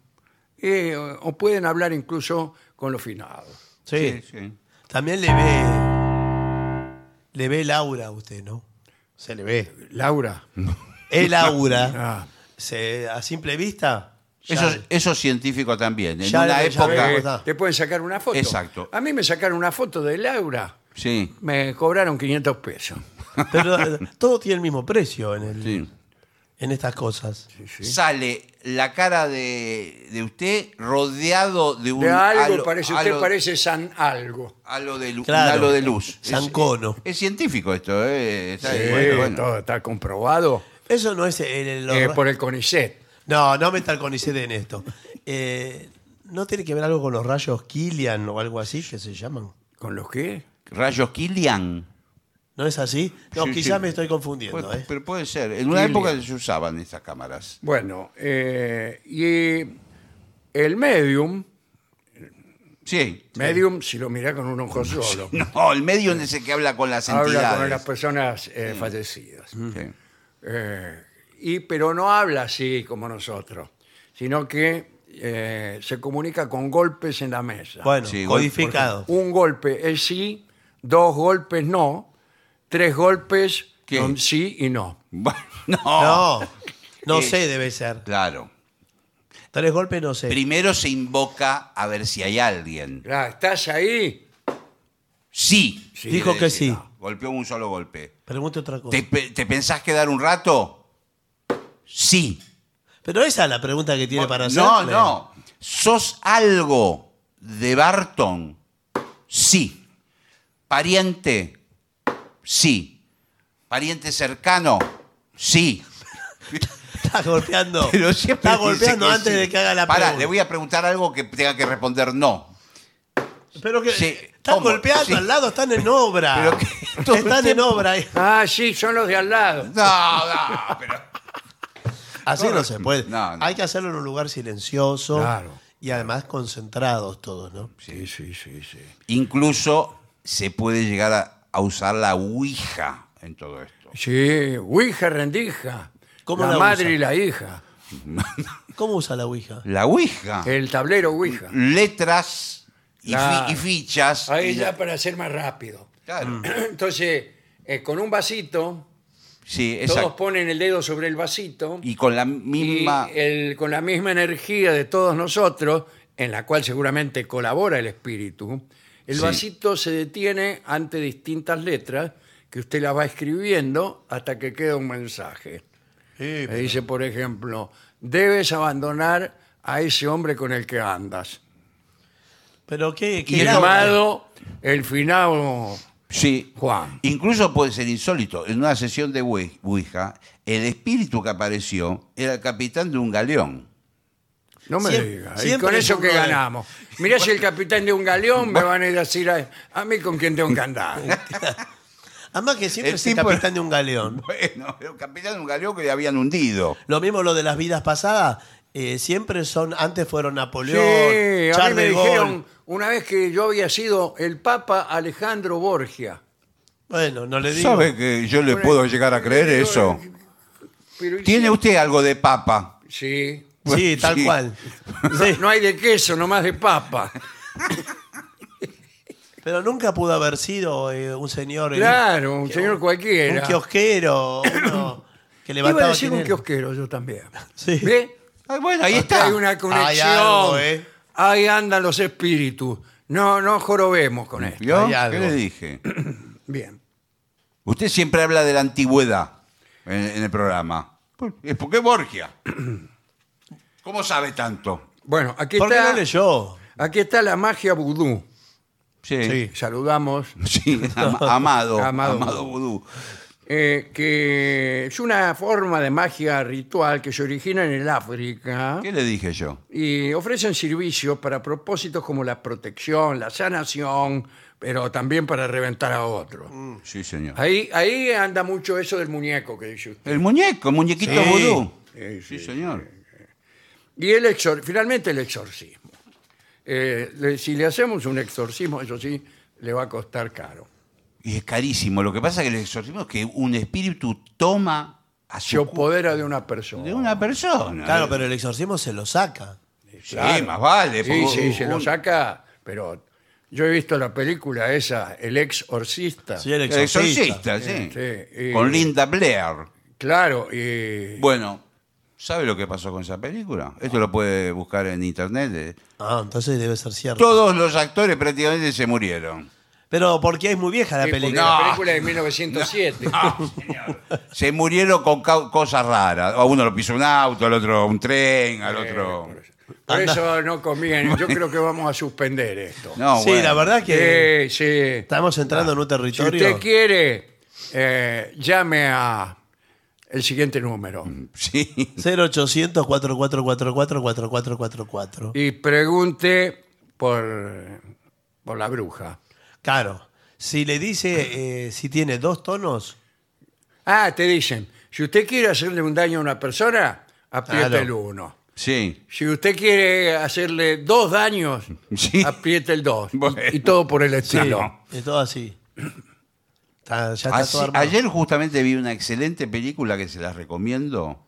eh, o- o pueden hablar incluso con los finados.
Sí.
sí.
También le ve. Le ve el aura a usted, ¿no? Se le ve.
Laura,
Mm.
El aura.
ah,
se, a simple vista. ya-
Eso, eso es científico también. En
Ya
una
lo- ya
época.
veo.
eh,
está.
te pueden sacar una foto.
Exacto.
A mí me sacaron una foto de Laura,
Sí,
me cobraron 500 pesos.
Pero eh, todo tiene el mismo precio en, el-
sí.
en estas cosas.
Sale la cara de, de usted rodeado de un
De algo,
halo-
parece,
halo-
usted parece San Algo.
halo de luz,
Claro.
un halo de luz. Es-
Zancono.
Es, científico esto, ¿eh? Está-
Sí,
bueno, bueno.
todo está comprobado
Eso no es el- el- lo-
eh, por el CONICET.
No, no meta el CONICET en esto. Eh, ¿No tiene que ver algo con los rayos Killian o algo así que se llaman?
¿Con los qué?
Rayos Kilian.
¿No es así? No,
Sí,
quizás
sí.
me estoy confundiendo.
Puede-
¿eh?
Pero puede ser. En una
Kilian.
época se usaban estas cámaras.
Bueno, eh, y el medium,
Sí.
medium si lo mira con un ojo solo,
No, el medio es el que habla con las
habla con las
entidades.
personas eh, fallecidas.
Sí.
Eh, y, pero no habla así como nosotros, sino que eh, se comunica con golpes en la mesa.
Bueno,
Sí, igual,
codificado.
Un golpe es sí, dos golpes no, tres golpes
¿Qué?
son sí y no.
Bueno,
No, No
Eh,
sé, debe ser.
Claro.
Tres golpes, no sé.
Primero se invoca a ver si hay alguien.
Ya, Ah, ¿Estás ahí?
Sí.
Sí,
Dijo
quiere
que
decir,
sí.
no, golpeó un solo golpe.
Pregunte otra cosa.
¿Te, pe- te pensás quedar un rato? Sí.
Pero esa es la pregunta que tiene para hacer.
no, no. ¿Sos algo de Barton? Sí. ¿Pariente? Sí. ¿Pariente cercano? Sí.
Está golpeando.
Pero siempre
está
dice
golpeando
que
antes
sí.
de que haga la
Pará,
pregunta.
le voy a preguntar algo que tenga que responder no.
Pero que
Sí,
están
¿cómo?
golpeando
Sí.
al lado, están en obra.
Pero que todo el
están en obra.
Ah, sí, son los de al lado.
No, no, pero.
Así no se puede.
No, no.
Hay que hacerlo en un lugar silencioso
Claro.
y además concentrados todos, ¿no?
Sí, sí, sí, sí.
Incluso se puede llegar a, a usar la Ouija en todo esto.
Sí, Ouija rendija.
¿Cómo
la,
la
madre
usa?
y la hija.
¿Cómo usa la Ouija?
La Ouija.
El tablero Ouija.
Letras y, fi-
Claro.
y fichas.
Ahí
y
ya Mm.
la-
para ser más rápido.
Claro.
Entonces, eh, con un vasito,
Sí,
todos
exacto.
ponen el dedo sobre el vasito y,
Y con la misma.
el- con la misma energía de todos nosotros, en la cual seguramente colabora el espíritu, el
Sí.
vasito se detiene ante distintas letras que usted las va escribiendo hasta que queda un mensaje.
Sí,
Le dice, por ejemplo, debes abandonar a ese hombre con el que andas.
pero qué, qué
Y
grave.
llamado el finado
Sí.
Juan.
Incluso puede ser insólito. En una sesión de Oue- Ouija, el espíritu que apareció era el capitán de un galeón.
No me
Siempre-
digas. Y
siempre
con
es
eso que
uno de-
ganamos. Mirá si el capitán de un galeón me van a ir a decir a, a mí con quién tengo que andar.
Además que siempre
El
es el
tipo-
capitán de un galeón.
Bueno, era un capitán de un galeón que le habían hundido.
Lo mismo lo de las vidas pasadas. eh, siempre son, antes fueron
Sí,
Napoleón,
a mí
Charles
me
de
dijeron
Gaulle.
una vez que yo había sido el Papa Alejandro Borgia.
Bueno, no le digo.
¿Sabe que yo le
Por
puedo
ahí-
llegar a creer
Pero-
eso?
pero y
¿Tiene
si-
usted algo de papa?
Sí.
Sí, tal
Sí.
cual. Sí,
No hay de queso, nomás de papa.
Pero nunca pudo haber sido eh, un señor. eh,
Claro, un
que-
señor cualquiera.
Un kiosquero, uno que
Iba a
levantaba.
decir un
quinel.
kiosquero yo también.
Sí.
¿Ve?
Ah, bueno, ahí
Acá
está.
Hay una conexión.
Hay algo, ¿eh?
Ahí andan los espíritus. No, no jorobemos con esto.
¿Vio?
Hay algo.
¿Qué le dije?
Bien.
Usted siempre habla de la antigüedad en, en el programa. ¿Es por qué Borgia? ¿Cómo sabe tanto?
Bueno, aquí
¿Por qué
está,
no leyó?
aquí está la magia vudú.
Sí.
Saludamos.
Sí, am- amado,
Amado
amado,
vudú.
vudú.
eh, que es una forma de magia ritual que se origina en el África.
¿Qué le dije yo?
y ofrecen servicios para propósitos como la protección, la sanación, pero también para reventar a otro.
Sí, señor.
Ahí, ahí anda mucho eso del muñeco que dice usted.
El muñeco, el muñequito
Sí.
vudú.
Sí,
Sí,
sí,
señor.
Y el exor- finalmente el exorcismo. Eh, le- si le hacemos un exorcismo, eso sí, le va a costar caro.
Y es carísimo. Lo que pasa es que el exorcismo es que un espíritu toma a
Se
su cu-
opodera de una persona.
de una persona.
Claro, pero el exorcismo se lo saca.
Sí,
Claro.
más vale.
Sí,
Eh, porque
sí, se lo
un-
saca, pero yo he visto la película esa, El exorcista.
Sí, el
El
exorcista.
exorcista, sí.
Sí, y-
Con Linda Blair.
Claro, y
Bueno, ¿sabe lo que pasó con esa película? Esto lo puede buscar en internet. eh.
Ah, entonces debe ser cierto.
Todos los actores prácticamente se murieron.
Pero porque es muy vieja la
Sí, porque
película.
la
No.
película de 1907.
Se murieron con cau- cosas raras. A uno lo pisó un auto, al otro un tren, al otro.
Por eso- Por
Anda.
eso no conviene. Yo creo que vamos a suspender esto.
No,
sí,
bueno. Eh, ah,
la verdad que
Sí, sí.
estamos entrando en un
Si
territorio.
usted quiere, eh, llame a el siguiente número
Sí.
0800 4444 4444
y pregunte por, por la bruja.
Claro. Si le dice eh, si tiene dos tonos,
Ah, te dicen, si usted quiere hacerle un daño a una persona, apriete
Claro.
el 1.
Sí.
Si usted quiere hacerle dos daños,
Ah,
Sí.
apriete el 2.
Bueno.
Y todo por el estilo.
es todo así. Está- ya está
Así-
todo armado.
Ah, ayer justamente vi una excelente película que se las recomiendo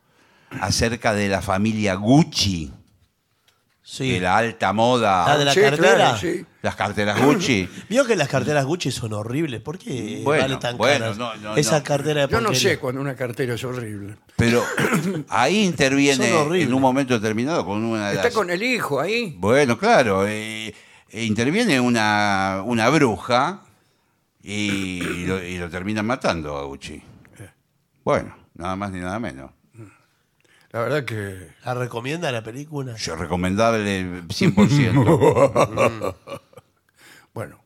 acerca de la familia Gucci.
Sí.
de la alta moda,
La de la
Sí,
cartera.
claro, sí.
las carteras Gucci.
Vio que las carteras Gucci son horribles. ¿Por qué
Bueno,
vale tan
bueno,
caras?
no, no,
Esa
no.
cartera de
Yo no
porquería.
sé cuando una cartera es horrible.
Pero ahí interviene
Son horribles.
en un momento determinado con una de
Está
las-
con el hijo ahí.
Bueno, claro, eh, eh, interviene una, una bruja y, lo, y lo terminan matando a
Eh.
Gucci. Bueno, nada más ni nada menos.
La verdad que
¿La recomienda la película?
Yo recomendable 100%.
Bueno,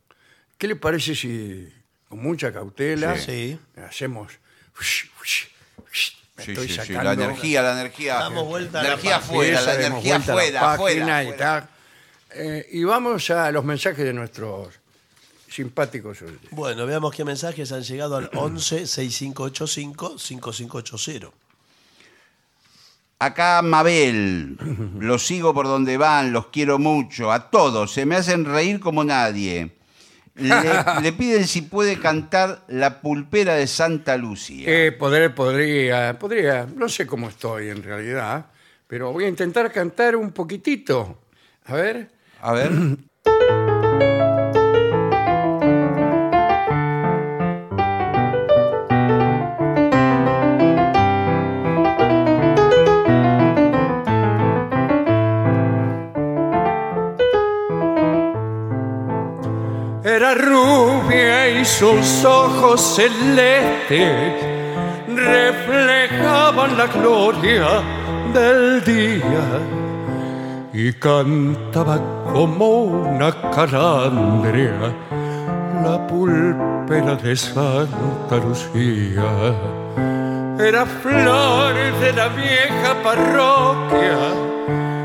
¿qué le parece si con mucha cautela
Sí.
hacemos... Me
Sí, sí,
estoy
sí,
sacando
la energía, la energía.
Damos vuelta a la
energía
página.
afuera, la
Esa, demos
energía
vuelta a la
afuera, afuera.
página y,
afuera.
tal. Eh, y vamos a los mensajes de nuestros simpáticos oyentes.
Bueno, veamos qué mensajes han llegado al 11-6585-5580.
Acá Mabel, los sigo por donde van, los quiero mucho, a todos, se me hacen reír como nadie. Le, le piden si puede cantar La pulpera de Santa Lucía.
Eh, podré- podría, podría, no sé cómo estoy en realidad, pero voy a intentar cantar un poquitito. A ver.
A ver,
Era rubia y sus ojos celestes reflejaban la gloria del día y cantaba como una calandria la pulpera de Santa Lucía. Era flor de la vieja parroquia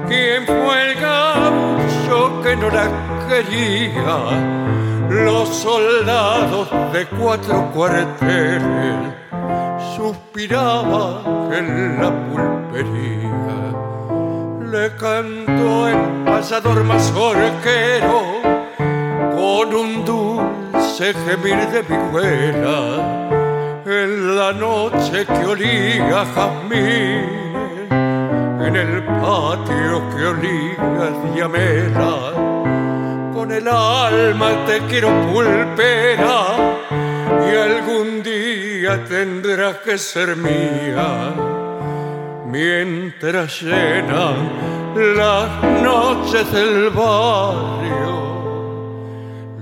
quien fue el gaucho que no la quería, los soldados de cuatro cuarteles suspiraban en la pulpería. Le cantó el pasador mazorquero con un dulce gemir de vihuela en la noche que olía a jazmín en el patio que olía a diamela. Con el alma te quiero pulpera y algún día tendrás que ser mía. Mientras llenan las noches del barrio,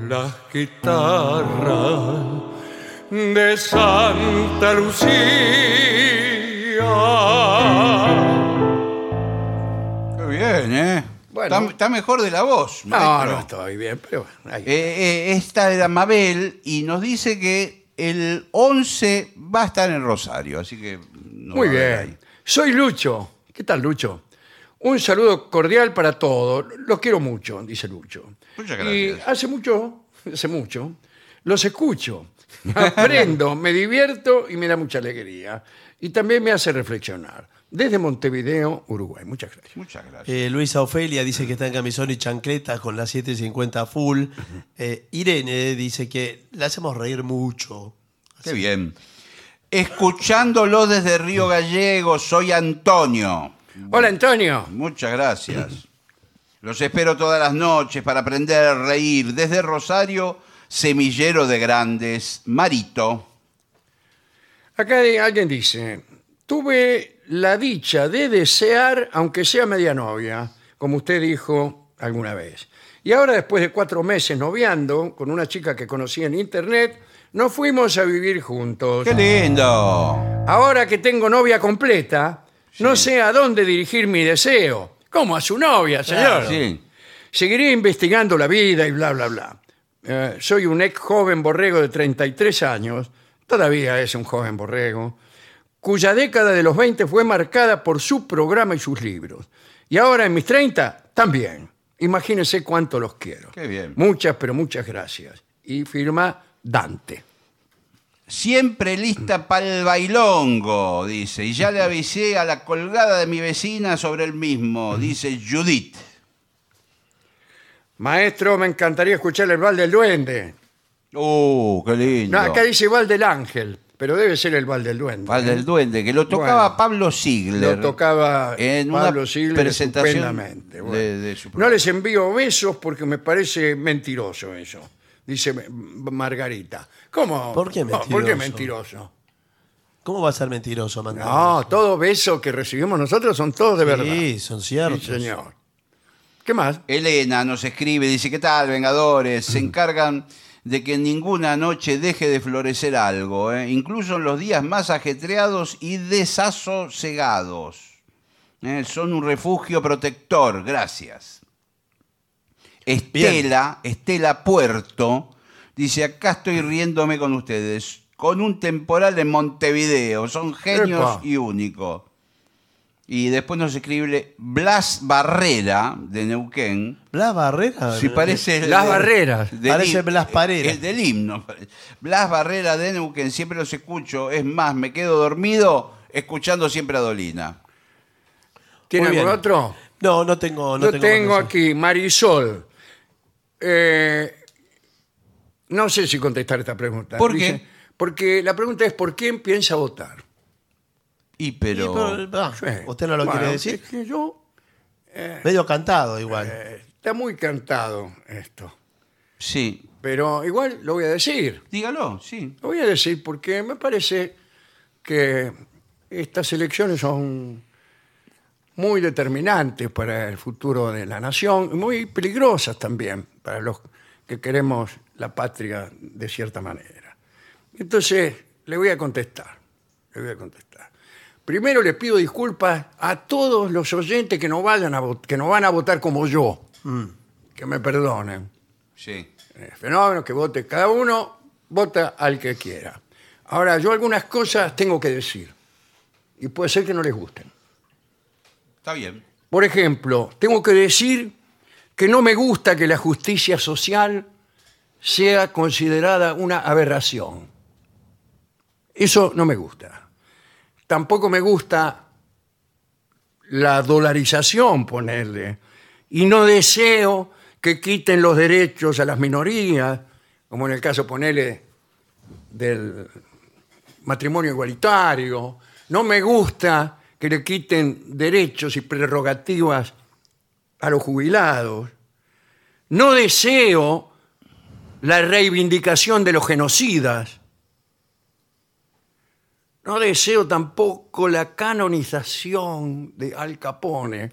las guitarras de Santa Lucía.
qué bien, ¿eh?
Bueno.
Está, está mejor de la voz.
No,
maestro.
no estoy bien, pero bueno, ahí.
Eh, eh, esta era Mabel y nos dice que el 11 va a estar en Rosario, así que... no
Muy
va a haber
bien. Soy Lucho. ¿Qué tal, Lucho? Un saludo cordial para todos. Los quiero mucho, dice Lucho.
Muchas
Y
gracias.
hace mucho, hace mucho, los escucho. Aprendo, me divierto y me da mucha alegría. Y también me hace reflexionar. Desde Montevideo, Uruguay. Muchas gracias.
Muchas gracias.
Eh, Luisa Ofelia dice que está en camisón y chancletas con las 7.50 full. Eh, Irene dice que la hacemos reír mucho.
Qué bien. Escuchándolo desde Río Gallego, soy Antonio.
Hola, Antonio.
Muchas gracias. Los espero todas las noches para aprender a reír desde Rosario, semillero de grandes, Marito.
Acá di- alguien dice, tuve la dicha de desear, aunque sea media novia, como usted dijo alguna vez. Y ahora, después de cuatro meses noviando con una chica que conocí en internet, nos fuimos a vivir juntos.
¡Qué lindo!
Ahora que tengo novia completa, no sé a dónde dirigir mi deseo. ¿Cómo? A su novia, señor.
Ah, Sí.
Seguiré investigando la vida y bla, bla, bla. Eh, soy un ex joven borrego de 33 años, todavía es un joven borrego, cuya década de los 20 fue marcada por su programa y sus libros. Y ahora en mis 30 también. Imagínense cuánto los quiero.
Qué bien.
Muchas, pero muchas gracias. Y firma Dante.
Siempre lista para el bailongo, dice. Y ya le avisé a la colgada de mi vecina sobre el mismo, dice Judith.
Maestro, me encantaría escuchar el Val del Duende.
¡Uh, qué lindo!
No, acá dice Val del Ángel, pero debe ser el Val del Duende.
Val
¿eh?
del Duende, que lo tocaba
Bueno.
Pablo Sigler.
Lo tocaba
en
Pablo
una
Sigler
presentación
estupendamente. Bueno.
de, de su
no les envío besos porque me parece mentiroso eso, dice Margarita. ¿Cómo?
¿Por qué
No, ¿Por qué
mentiroso?
mentiroso?
¿Cómo va a ser mentiroso, Mandela?
No, todo beso que recibimos nosotros son todos de verdad.
Sí, son ciertos.
Sí, señor. ¿Qué más?
Elena nos escribe, dice, ¿qué tal, Vengadores? Se encargan de que en ninguna noche deje de florecer algo, ¿eh? incluso en los días más ajetreados y desasosegados. ¿Eh? Son un refugio protector, gracias. Estela, Estela Puerto, dice, acá estoy riéndome con ustedes, con un temporal en Montevideo, son genios
Epa.
y únicos. Y después nos escribe Blas Barrera, de Neuquén.
Blas Barrera.
Si parece
Las Barreras.
del-
Parece Blas Parera.
El del himno. Blas Barrera de Neuquén, siempre los escucho. Es más, me quedo dormido escuchando siempre a Dolina.
¿Tiene
Muy bien.
algún otro?
No, no tengo. No
Yo
tengo,
tengo
mensaje.
aquí Marisol. Eh, no sé si contestar esta pregunta.
¿Por
Dice,
qué?
Porque la pregunta es ¿por quién piensa votar?
Y
Y,
pero...
pero, ah,
Sí.
¿Usted no lo
Bueno,
quiere decir?
es que yo
Medio cantado igual.
eh, está muy cantado esto,
Sí.
pero igual lo voy a decir.
Dígalo, sí.
Lo voy a decir porque me parece que estas elecciones son muy determinantes para el futuro de la nación, y muy peligrosas también para los que queremos la patria de cierta manera. Entonces, le voy a contestar, le voy a contestar. Primero le pido disculpas a todos los oyentes que no, vayan a vot- que no van a votar como yo, que me perdonen
Sí.
eh, fenómeno, que vote cada uno, vota al que quiera. Ahora, yo algunas cosas tengo que decir y puede ser que no les gusten.
Está bien.
Por ejemplo, tengo que decir que no me gusta que la justicia social sea considerada una aberración. Eso no me gusta. Tampoco me gusta la dolarización, ponerle. Y no deseo que quiten los derechos a las minorías, como en el caso, ponerle, del matrimonio igualitario. No me gusta que le quiten derechos y prerrogativas a los jubilados. No deseo la reivindicación de los genocidas. No deseo tampoco la canonización de Al Capone.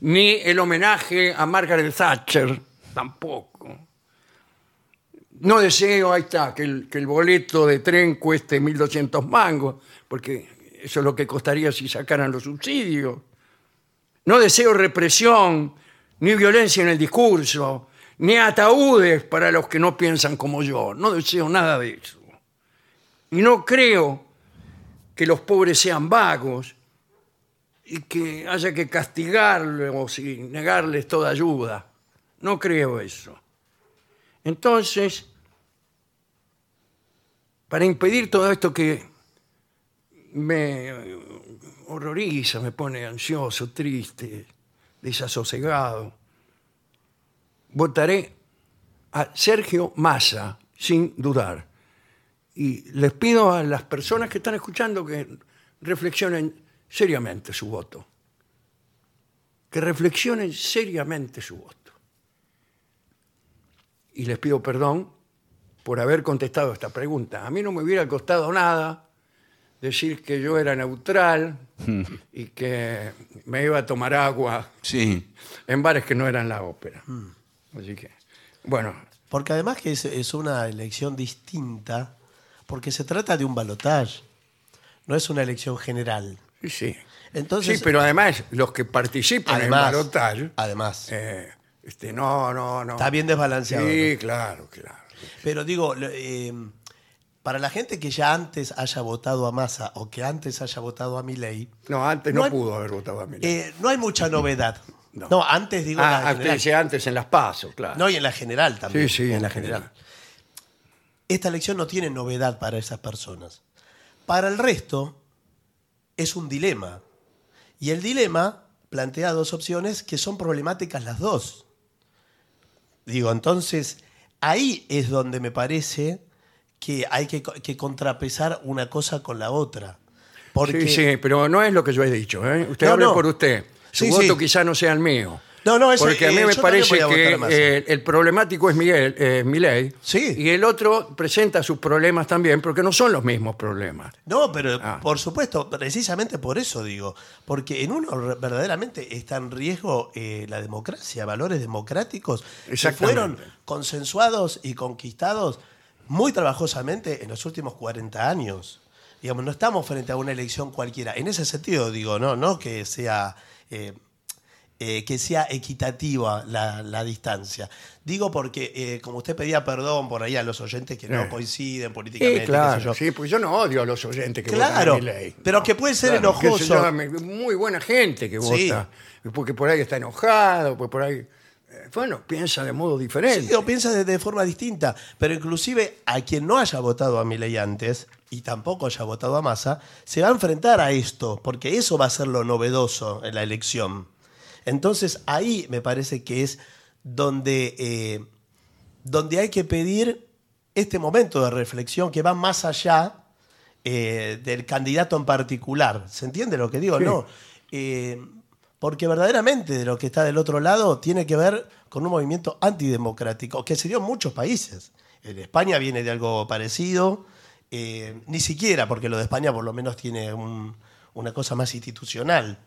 Ni el homenaje a Margaret Thatcher, tampoco. No deseo, ahí está, que el, que el boleto de tren cueste 1.200 mangos, porque eso es lo que costaría si sacaran los subsidios. No deseo represión, ni violencia en el discurso, ni ataúdes para los que no piensan como yo. No deseo nada de eso. Y no creo que los pobres sean vagos y que haya que castigarlos y negarles toda ayuda. No creo eso. Entonces, para impedir todo esto que me eh, horroriza, me pone ansioso, triste, desasosegado, votaré a Sergio Massa, sin dudar. Y les pido a las personas que están escuchando que reflexionen seriamente su voto. Que reflexionen seriamente su voto y les pido perdón por haber contestado esta pregunta. A mí no me hubiera costado nada decir que yo era neutral y que me iba a tomar agua
Sí.
en bares que no eran la ópera.
Mm.
Así que, bueno,
Porque además que es, es una elección distinta, porque se trata de un balotaje, no es una elección general.
y sí.
Entonces,
sí, pero además los que participan
Además,
en balotaje,
además.
eh, este, no, no, no.
está bien desbalanceado.
Sí, claro, claro.
¿no? Pero digo, lo- eh, para la gente que ya antes haya votado a Massa o que antes haya votado a Milei,
No, antes no,
No hay-
pudo haber votado a mí.
eh, no hay mucha novedad.
No.
No, antes digo en la
ah,
general.
antes, antes en las pasos, claro.
No, y en la general también.
Sí, sí, en la
Esta elección no tiene novedad para esas personas. Para el resto, es un dilema. Y el dilema plantea dos opciones que son problemáticas las dos. Digo, entonces, ahí es donde me parece que hay que, co- que contrapesar una cosa con la otra. Porque,
Sí, sí, pero no es lo que yo he dicho. ¿eh? Usted
No,
habla
no.
por usted. Su
Sí,
voto
sí.
quizá no sea el mío.
No, no, ese-
Porque a mí
eh,
me
yo también
parece
voy a votar
que
a Massa.
eh, el problemático es Miguel, eh, Milei,
Sí.
y el otro presenta sus problemas también, porque no son los mismos problemas.
No, pero
Ah.
por supuesto, precisamente por eso digo, porque en uno re- verdaderamente está en riesgo eh, la democracia, valores democráticos que
Exactamente.
fueron consensuados y conquistados muy trabajosamente en los últimos 40 años. Digamos, no estamos frente a una elección cualquiera. En ese sentido digo, no, no que sea eh, eh, que sea equitativa la, la distancia. Digo porque, eh, como usted pedía perdón por ahí a los oyentes que
Eh.
no coinciden políticamente,
Sí,
qué sé
claro,
yo.
sí, pues yo no odio a los oyentes que
Claro,
votan a Milei.
pero que puede ser
Claro, qué sé
enojoso.
yo, me- muy buena gente que
Sí.
vota, porque por ahí está enojado, porque por ahí, eh, bueno, piensa de modo diferente.
Sí, o piensa de, de forma distinta. Pero inclusive a quien no haya votado a Milei antes y tampoco haya votado a Massa, se va a enfrentar a esto, porque eso va a ser lo novedoso en la elección. Entonces ahí me parece que es donde, eh, donde hay que pedir este momento de reflexión que va más allá eh, del candidato en particular. ¿Se entiende lo que digo? No. Eh, porque verdaderamente de lo que está del otro lado tiene que ver con un movimiento antidemocrático que se dio en muchos países. En España viene de algo parecido, eh, ni siquiera, porque lo de España por lo menos tiene un- una cosa más institucional.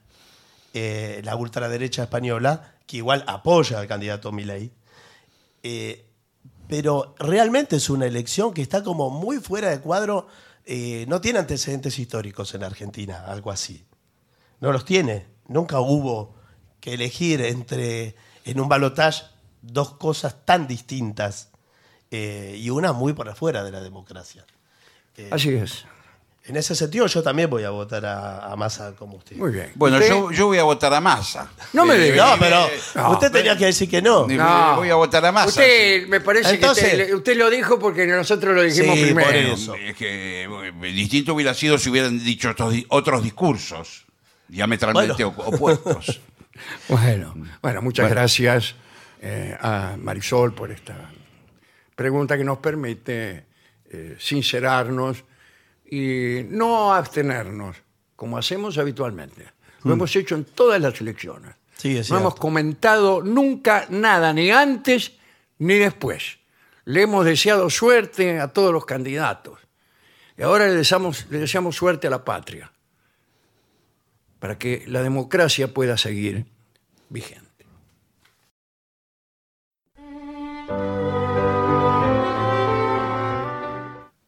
Eh, la ultraderecha española, que igual apoya al candidato Milei. Eh, pero realmente es una elección que está como muy fuera de cuadro. eh, no tiene antecedentes históricos en la Argentina, algo así. No los tiene. Nunca hubo que elegir entre en un balotaje dos cosas tan distintas eh, y una muy por afuera de la democracia.
Así es.
En ese sentido, yo también voy a votar a, a Massa como usted.
Muy bien.
Bueno,
¿Usted?
yo, yo voy a votar a Massa. Eh,
No me diga.
No, pero
Eh, No.
usted tenía que decir que no.
Ni- eh, voy a votar a Massa.
Usted me parece que
Entonces-
usted, usted lo dijo porque nosotros lo dijimos
Sí, por
primero.
eso.
Es que eh, distinto hubiera sido si hubieran dicho estos di- otros discursos diametralmente
Bueno.
op- opuestos.
Bueno,
Mm.
bueno, muchas
Bueno.
gracias eh, a Marisol por esta pregunta que nos permite eh, sincerarnos y no abstenernos, como hacemos habitualmente. Lo hemos hecho en todas las elecciones.
Mm. Sí, es
no
cierto.
hemos comentado nunca nada, ni antes ni después. Le hemos deseado suerte a todos los candidatos. Y ahora le deseamos, le deseamos suerte a la patria, para que la democracia pueda seguir vigente.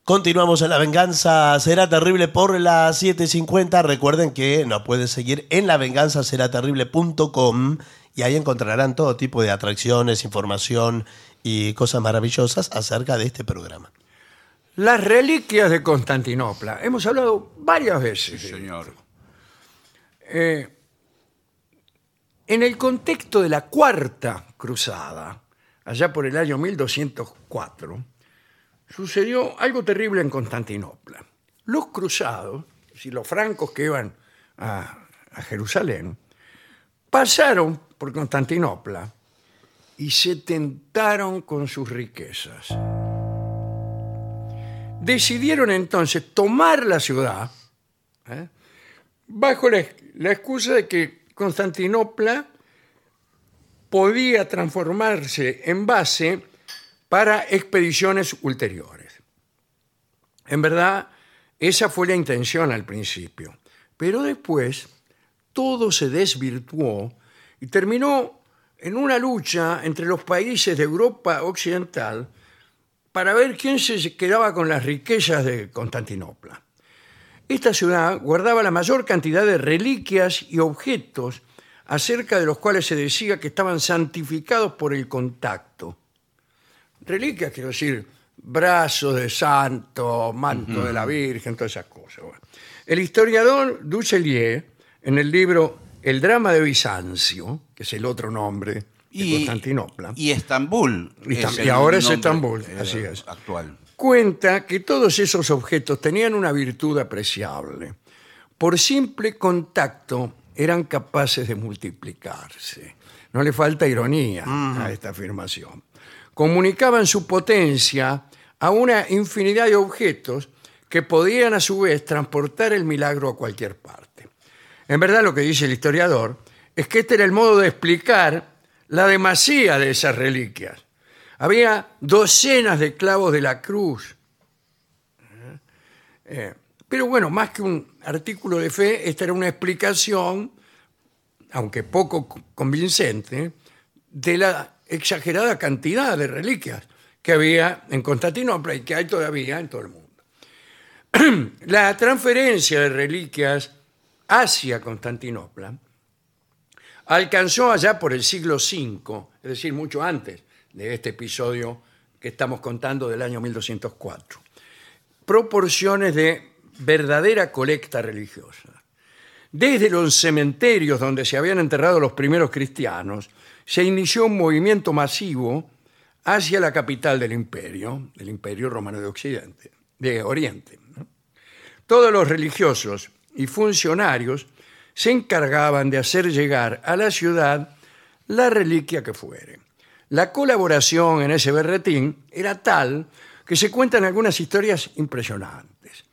Continuamos en La Venganza Será Terrible por las 7.50. Recuerden que nos pueden seguir en lavenganzaseraterrible.com y ahí encontrarán todo tipo de atracciones, información y cosas maravillosas acerca de este programa.
Las reliquias de Constantinopla. Hemos hablado varias veces. de-
Señor.
Eh, en el contexto de la Cuarta Cruzada, allá por el año 1204, sucedió algo terrible en Constantinopla. Los cruzados, es decir, los francos que iban a, a Jerusalén, pasaron por Constantinopla y se tentaron con sus riquezas. Decidieron entonces tomar la ciudad ¿eh? bajo la, la excusa de que Constantinopla podía transformarse en base para expediciones ulteriores. En verdad, esa fue la intención al principio, pero después todo se desvirtuó y terminó en una lucha entre los países de Europa Occidental para ver quién se quedaba con las riquezas de Constantinopla. Esta ciudad guardaba la mayor cantidad de reliquias y objetos acerca de los cuales se decía que estaban santificados por el contacto. Reliquias, quiero decir, brazos de santo, manto de la Virgen, todas esas cosas. bueno. El historiador Duchelier, en el libro El drama de Bizancio, que es el otro nombre de Constantinopla,
y Estambul.
Y
es
Estam- y
el
ahora es
nombre,
Estambul,
eh,
así es.
Actual.
cuenta que todos esos objetos tenían una virtud apreciable. Por simple contacto eran capaces de multiplicarse. No le falta ironía a esta afirmación. Comunicaban su potencia a una infinidad de objetos que podían a su vez transportar el milagro a cualquier parte. En verdad lo que dice el historiador es que este era el modo de explicar la demasía de esas reliquias. Había docenas de clavos de la cruz. Eh, pero bueno, más que un artículo de fe, esta era una explicación, aunque poco convincente, de la exagerada cantidad de reliquias que había en Constantinopla y que hay todavía en todo el mundo. la transferencia de reliquias hacia Constantinopla alcanzó allá por el siglo V, es decir, mucho antes de este episodio que estamos contando del año 1204, proporciones de verdadera colecta religiosa. Desde los cementerios donde se habían enterrado los primeros cristianos, se inició un movimiento masivo hacia la capital del imperio, del imperio romano de Occidente, de Oriente. ¿no? Todos los religiosos y funcionarios se encargaban de hacer llegar a la ciudad la reliquia que fuere. La colaboración en ese berretín era tal que se cuentan algunas historias impresionantes.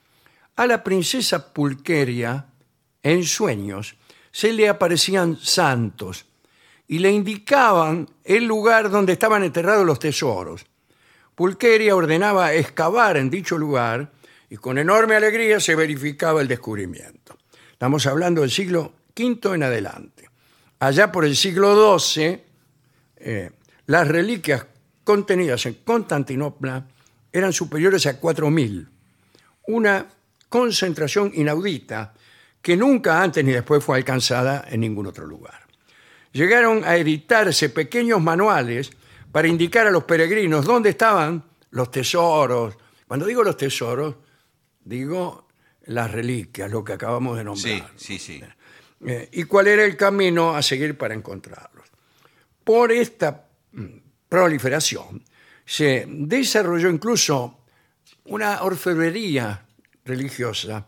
A la princesa Pulqueria, en sueños, se le aparecían santos y le indicaban el lugar donde estaban enterrados los tesoros. Pulqueria ordenaba excavar en dicho lugar y con enorme alegría se verificaba el descubrimiento. Estamos hablando del siglo V en adelante. Allá por el siglo XII, eh, las reliquias contenidas en Constantinopla eran superiores a 4.000, una concentración inaudita que nunca antes ni después fue alcanzada en ningún otro lugar llegaron a editarse pequeños manuales para indicar a los peregrinos dónde estaban los tesoros. Cuando digo los tesoros, digo las reliquias, lo que acabamos de
Sí,
nombrar.
sí, sí.
Eh, y cuál era el camino a seguir para encontrarlos. Por esta mm, proliferación se desarrolló incluso una orfebrería religiosa.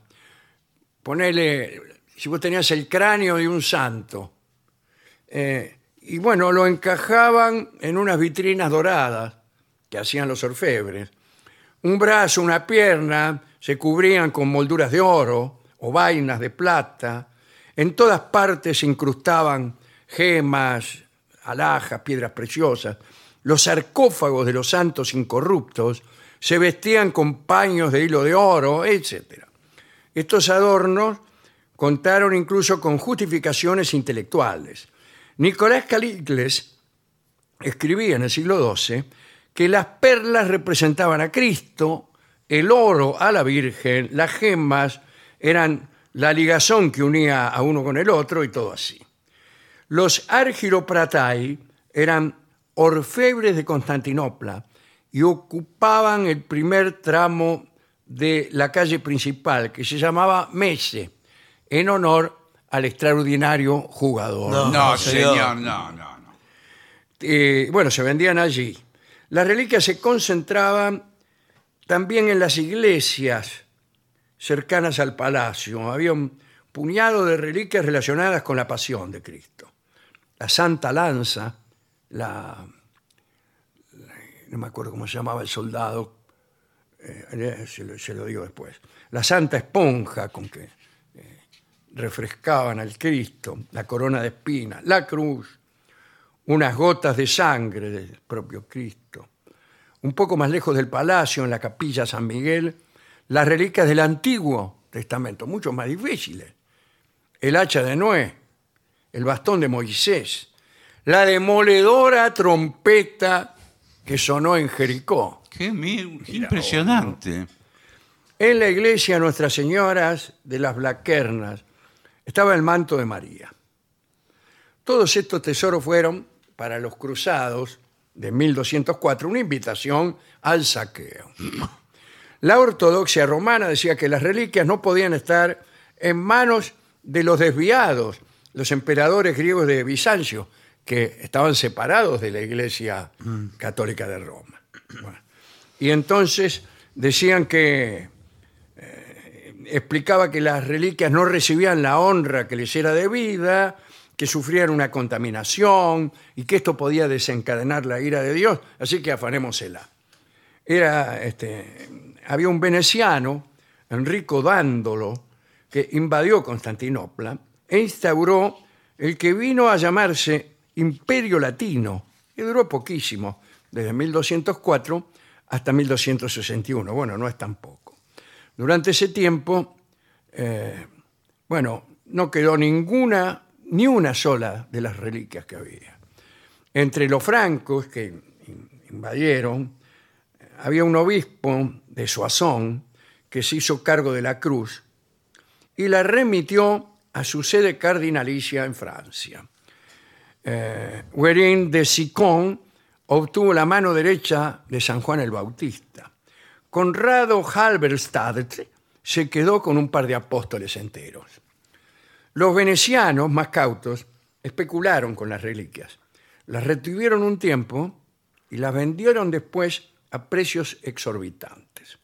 Ponele, si vos tenías el cráneo de un santo, eh, y bueno, lo encajaban en unas vitrinas doradas que hacían los orfebres. Un brazo, una pierna, se cubrían con molduras de oro o vainas de plata. En todas partes se incrustaban gemas, alhajas, piedras preciosas. Los sarcófagos de los santos incorruptos se vestían con paños de hilo de oro, etc. Estos adornos contaron incluso con justificaciones intelectuales. Nicolás Caligles escribía en el siglo XII que las perlas representaban a Cristo, el oro a la Virgen, las gemas eran la ligazón que unía a uno con el otro y todo así. Los argiropratai eran orfebres de Constantinopla y ocupaban el primer tramo de la calle principal que se llamaba Mese, en honor al extraordinario jugador.
No,
No,
señor.
señor, no, no, no.
Eh, bueno, se vendían allí. Las reliquias se concentraban también en las iglesias cercanas al palacio. Había un puñado de reliquias relacionadas con la pasión de Cristo. La Santa Lanza, la... la- no me acuerdo cómo se llamaba el soldado, eh, eh, se, lo, se lo digo después. La Santa Esponja con que eh, refrescaban al Cristo, la corona de espinas, la cruz, unas gotas de sangre del propio Cristo. Un poco más lejos del palacio, en la capilla San Miguel, las reliquias del Antiguo Testamento, mucho más difíciles. El hacha de Noé, el bastón de Moisés, la demoledora trompeta que sonó en Jericó.
Qué, mi- qué impresionante.
En la iglesia Nuestras Señoras de las Blaquernas estaba el manto de María. Todos estos tesoros fueron para los cruzados de 1204 una invitación al saqueo. La ortodoxia romana decía que las reliquias no podían estar en manos de los desviados, los emperadores griegos de Bizancio, que estaban separados de la iglesia católica de Roma. Bueno, y entonces decían que explicaba que las reliquias no recibían la honra que les era debida, que sufrían una contaminación y que esto podía desencadenar la ira de Dios, así que afanémosela. era, este, había un veneciano, Enrico Dándolo, que invadió Constantinopla e instauró el que vino a llamarse Imperio Latino, que duró poquísimo, desde 1204 hasta 1261. Bueno, no es tan poco. Durante ese tiempo, eh, bueno, no quedó ninguna, ni una sola de las reliquias que había. Entre los francos que in- invadieron, había un obispo de Soissons que se hizo cargo de la cruz y la remitió a su sede cardinalicia en Francia. Eh, Guérin de Sicón obtuvo la mano derecha de San Juan el Bautista. Conrado Halberstadt se quedó con un par de apóstoles enteros. Los venecianos, más cautos, especularon con las reliquias. Las retuvieron un tiempo y las vendieron después a precios exorbitantes.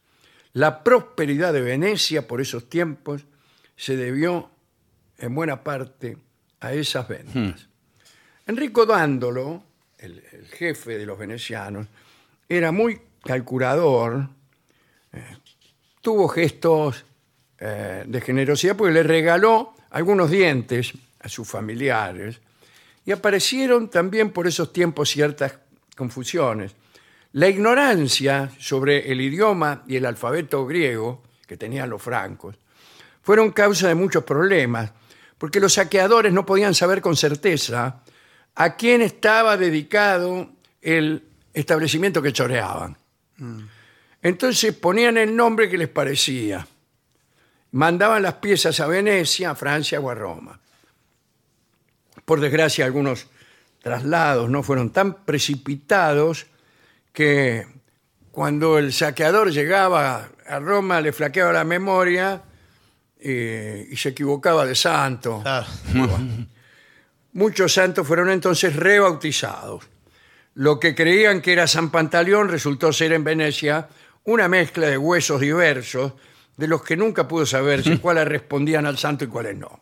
La prosperidad de Venecia por esos tiempos se debió en buena parte a esas ventas. Enrico Dándolo, el, el jefe de los venecianos, era muy calculador, eh, tuvo gestos eh, de generosidad porque le regaló algunos dientes a sus familiares y aparecieron también por esos tiempos ciertas confusiones. La ignorancia sobre el idioma y el alfabeto griego que tenían los francos fueron causa de muchos problemas, porque los saqueadores no podían saber con certeza a quién estaba dedicado el establecimiento que choreaban. Entonces ponían el nombre que les parecía. Mandaban las piezas a Venecia, a Francia o a Roma. Por desgracia, algunos traslados no fueron tan precipitados que cuando el saqueador llegaba a Roma le flaqueaba la memoria eh, y se equivocaba de santo.
Claro.
Muchos santos fueron entonces rebautizados. Lo que creían que era San Pantaleón resultó ser en Venecia una mezcla de huesos diversos de los que nunca pudo saberse cuáles respondían al santo y cuáles no.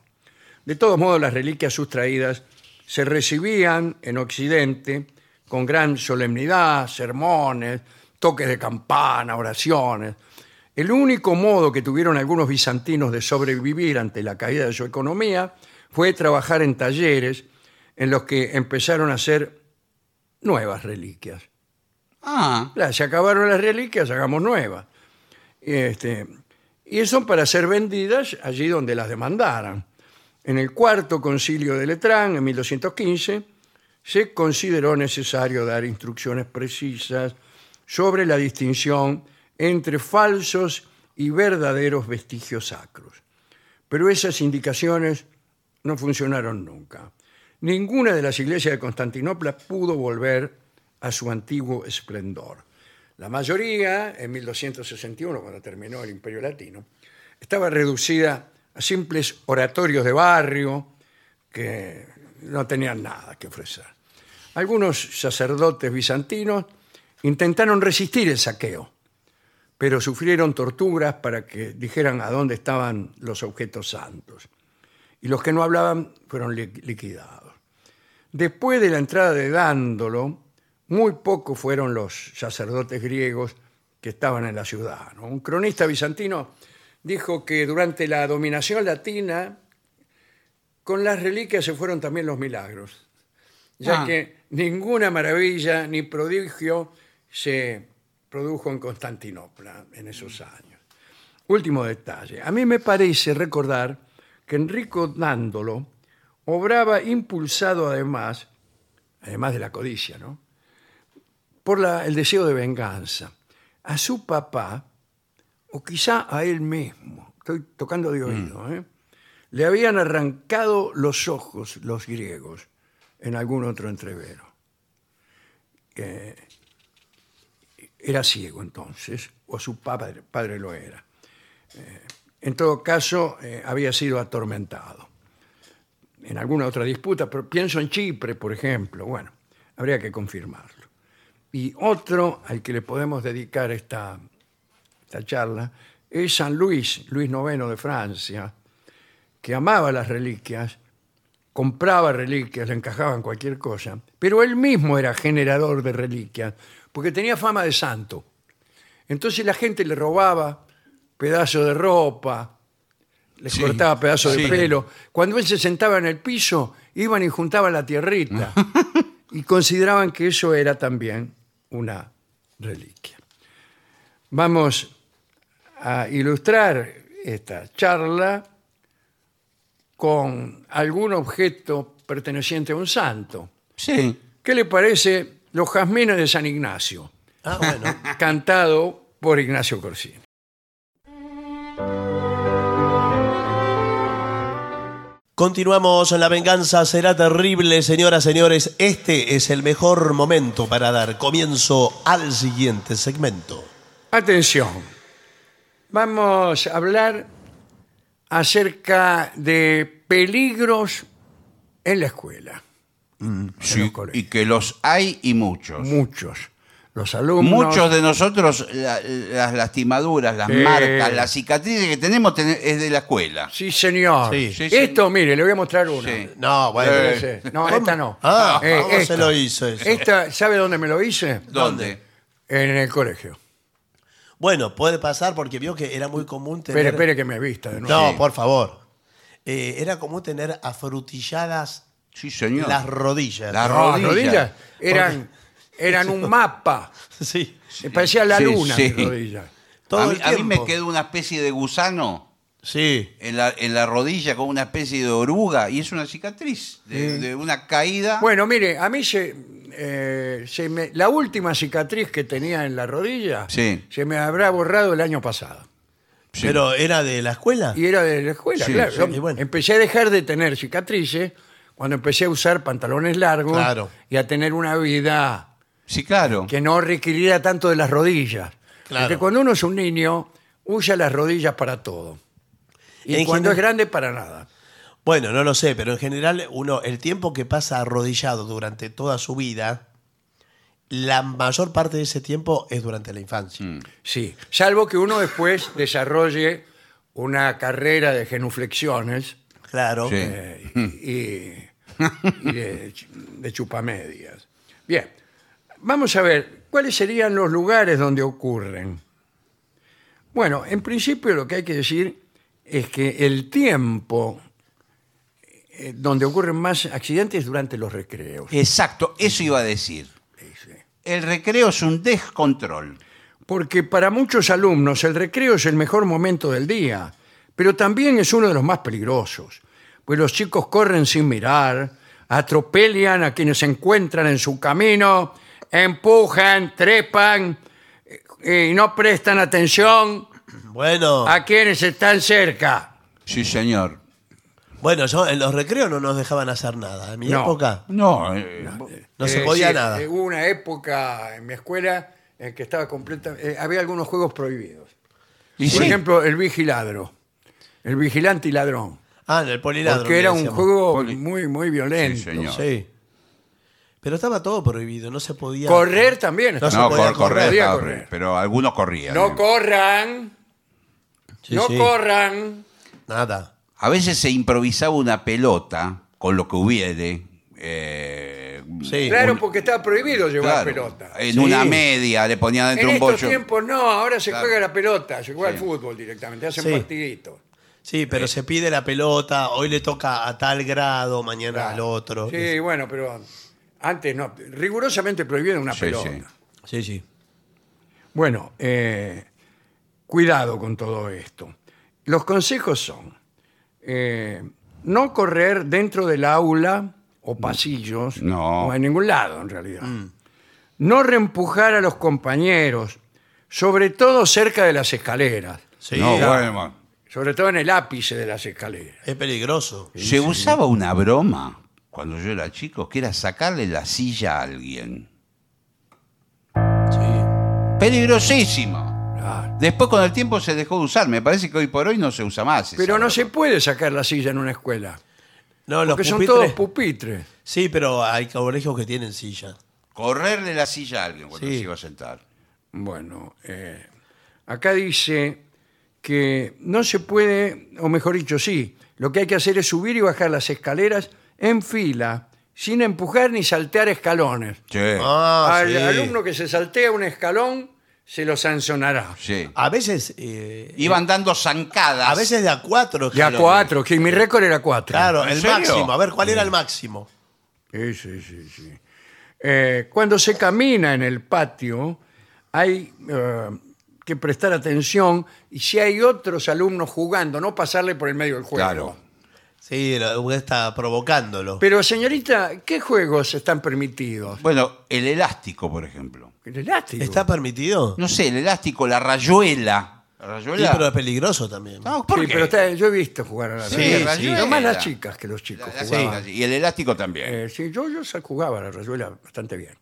De todos modos, las reliquias sustraídas se recibían en Occidente con gran solemnidad, sermones, toques de campana, oraciones. El único modo que tuvieron algunos bizantinos de sobrevivir ante la caída de su economía fue trabajar en talleres en los que empezaron a hacer nuevas reliquias.
Ah,
Claro, se acabaron las reliquias, hagamos nuevas. Este, y eso para ser vendidas allí donde las demandaran. En el cuarto concilio de Letrán, en 1215, se consideró necesario dar instrucciones precisas sobre la distinción entre falsos y verdaderos vestigios sacros. Pero esas indicaciones no funcionaron nunca. Ninguna de las iglesias de Constantinopla pudo volver a su antiguo esplendor. La mayoría, en 1261, cuando terminó el Imperio Latino, estaba reducida a simples oratorios de barrio que no tenían nada que ofrecer. Algunos sacerdotes bizantinos intentaron resistir el saqueo, pero sufrieron torturas para que dijeran a dónde estaban los objetos santos y los que no hablaban fueron li- liquidados. Después de la entrada de Dándolo, muy pocos fueron los sacerdotes griegos que estaban en la ciudad. ¿no? Un cronista bizantino dijo que durante la dominación latina, con las reliquias se fueron también los milagros, ya
Ah.
que ninguna maravilla ni prodigio se produjo en Constantinopla en esos años. Último detalle. A mí me parece recordar que Enrico Dándolo obraba impulsado además, además de la codicia, ¿no? Por la- el deseo de venganza. A su papá, o quizá a él mismo, estoy tocando de oído, ¿eh? le habían arrancado los ojos los griegos en algún otro entrevero. Eh, era ciego entonces, o su padre, padre lo era. Eh, en todo caso, eh, había sido atormentado. En alguna otra disputa, pero pienso en Chipre, por ejemplo, bueno, habría que confirmarlo. Y otro al que le podemos dedicar esta, esta charla es San Luis, Luis IX de Francia, que amaba las reliquias, compraba reliquias, le encajaban cualquier cosa, pero él mismo era generador de reliquias, porque tenía fama de santo. Entonces la gente le robaba pedazos de ropa, le
Sí,
cortaba pedazos
sí.
de pelo. Cuando él se sentaba en el piso, iban y juntaban la tierrita. y consideraban que eso era también una reliquia. Vamos a ilustrar esta charla con algún objeto perteneciente a un santo.
Sí.
¿Qué le parece Los Jazmines de San Ignacio,
Ah, bueno.
cantado por Ignacio Corsini?
Continuamos en La Venganza Será Terrible, señoras, señores. Este es el mejor momento para dar comienzo al siguiente segmento.
Atención, vamos a hablar acerca de peligros en la escuela.
Sí,
los colegios.
y que los hay y muchos.
Muchos. Los alumnos.
Muchos de nosotros, la- las lastimaduras, las
Sí.
marcas, las cicatrices que tenemos ten- es de la escuela.
Sí, señor.
Sí.
Sí,
Esto, mire, le voy a mostrar una.
Sí.
No, bueno.
Eh.
Ese. No, esta no.
Ah,
Eh,
¿cómo se
esta.
lo hizo eso?
Esta, ¿Sabe dónde me lo hice?
¿Dónde?
En el colegio.
Bueno, puede pasar porque vio que era muy común tener...
Espere, espere que me vista de nuevo.
No,
Sí.
por favor. Eh, era común tener afrutilladas
Sí, señor.
las rodillas.
Las
No,
rodillas.
rodillas eran, eran un mapa.
sí.
Me parecía la
Sí,
luna
sí.
mis rodillas.
Todo
a, mí,
el
a mí me
tiempo.
quedó una especie de gusano
Sí.
en la, en la rodilla con una especie de oruga y es una cicatriz de, de una caída.
Bueno, mire, a mí se, eh, se me- la última cicatriz que tenía en la rodilla
Sí.
se me habrá borrado el año pasado.
Sí.
Pero era de la escuela.
Y era de la escuela,
Sí,
claro.
sí,
Yo
y bueno.
Empecé a dejar de tener cicatrices cuando empecé a usar pantalones largos
Claro.
y a tener una vida
sí, claro.
que no requiriera tanto de las rodillas.
Claro.
Porque cuando uno es un niño, usa las rodillas para todo. Y
En
cuando
general-
es grande, para nada.
Bueno, no lo sé, pero en general uno, el tiempo que pasa arrodillado durante toda su vida, la mayor parte de ese tiempo es durante la infancia.
Mm.
Sí, salvo que uno después desarrolle una carrera de genuflexiones
Claro.
Sí.
eh, y, y de, de chupamedias. Bien, vamos a ver, ¿cuáles serían los lugares donde ocurren? Bueno, en principio lo que hay que decir es que el tiempo eh, donde ocurren más accidentes es durante los recreos.
Exacto, eso iba a decir.
Sí.
El recreo es un descontrol.
Porque para muchos alumnos el recreo es el mejor momento del día, pero también es uno de los más peligrosos, pues los chicos corren sin mirar, atropellan a quienes se encuentran en su camino, empujan, trepan eh, y no prestan atención
Bueno,
a quienes están cerca.
Sí, señor.
bueno, yo en los recreos no nos dejaban hacer nada. En mi
No.
época
No, eh,
no se
Eh,
podía
sí,
nada.
eh, Hubo una época en mi escuela en que estaba completa, eh, había algunos juegos prohibidos.
y
Por
sí.
ejemplo, el vigiladro, el vigilante y ladrón.
Ah, en el poliladro.
Porque
le
era un
decíamos.
juego
Poli.
muy, muy violento.
Sí, señor.
Sí. Pero estaba todo prohibido, no se podía.
Correr también.
No
está-
se
No,
podía
cor- correr,
correr.
estaba-
Podía correr.
pero algunos corrían.
No
eh.
corran,
Sí,
no
sí.
corran.
Nada.
A veces se improvisaba una pelota con lo que hubiere. eh,
Sí.
Claro, porque estaba prohibido llevar
claro,
pelota.
En
Sí.
una media, le ponían
En
dentro un
estos
bollo.
tiempos no, ahora se
Claro.
juega la pelota, se juega al
Sí.
fútbol directamente, hacen
Sí.
partiditos.
Sí,
Eh.
pero se pide la pelota, hoy le toca a tal grado, mañana
Claro.
al otro.
Sí, bueno, pero antes no, rigurosamente prohibieron una
Sí,
pelota.
sí.
sí. sí.
Bueno, eh, cuidado con todo esto. Los consejos son eh, no correr dentro del aula o pasillos
No.
o en ningún lado en realidad. No reempujar a los compañeros, sobre todo cerca de las escaleras,
Sí,
no,
era-
bueno,
sobre todo en el ápice de las escaleras.
es peligroso.
Se usaba una broma cuando yo era chico, que era sacarle la silla a alguien.
Sí.
Peligrosísimo.
Claro.
Después con el tiempo se dejó de usar. Me parece que hoy por hoy no se usa más. esa
Pero no
broma.
se puede sacar la silla en una escuela,
No, los
porque son
pupitres-
todos pupitres.
Sí, pero hay colegios que tienen silla.
Correrle la silla a alguien cuando
Sí.
se iba a sentar.
Bueno, eh, acá dice que no se puede, o mejor dicho, sí, lo que hay que hacer es subir y bajar las escaleras en fila, sin empujar ni saltear escalones.
Che.
Ah,
Al
sí.
alumno que se saltea un escalón se lo sancionará.
Sí.
A veces. eh,
Iban dando zancadas.
a veces de a cuatro.
Ya
Claro.
cuatro, que mi récord era cuatro.
Claro,
¿En
el
serio?
máximo. A ver, ¿cuál era el máximo?
Sí, sí, sí, sí. Eh, cuando se camina en el patio, hay eh, que prestar atención y si hay otros alumnos jugando, no pasarle por el medio del juego.
Claro.
Sí, la- usted está provocándolo.
Pero señorita, ¿qué juegos están permitidos?
Bueno, el elástico, por ejemplo.
El elástico.
¿Está permitido?
No sé, el elástico, la rayuela. ¿La
Sí,
rayuela?
pero es peligroso también.
No, ¿por
Sí,
qué?
pero está- yo he visto jugar a la
Sí,
rayuela.
sí.
No más las chicas que los chicos
La- la-
jugaban.
sí, Y el elástico también.
Eh, sí, yo, yo sa- jugaba a la rayuela bastante bien.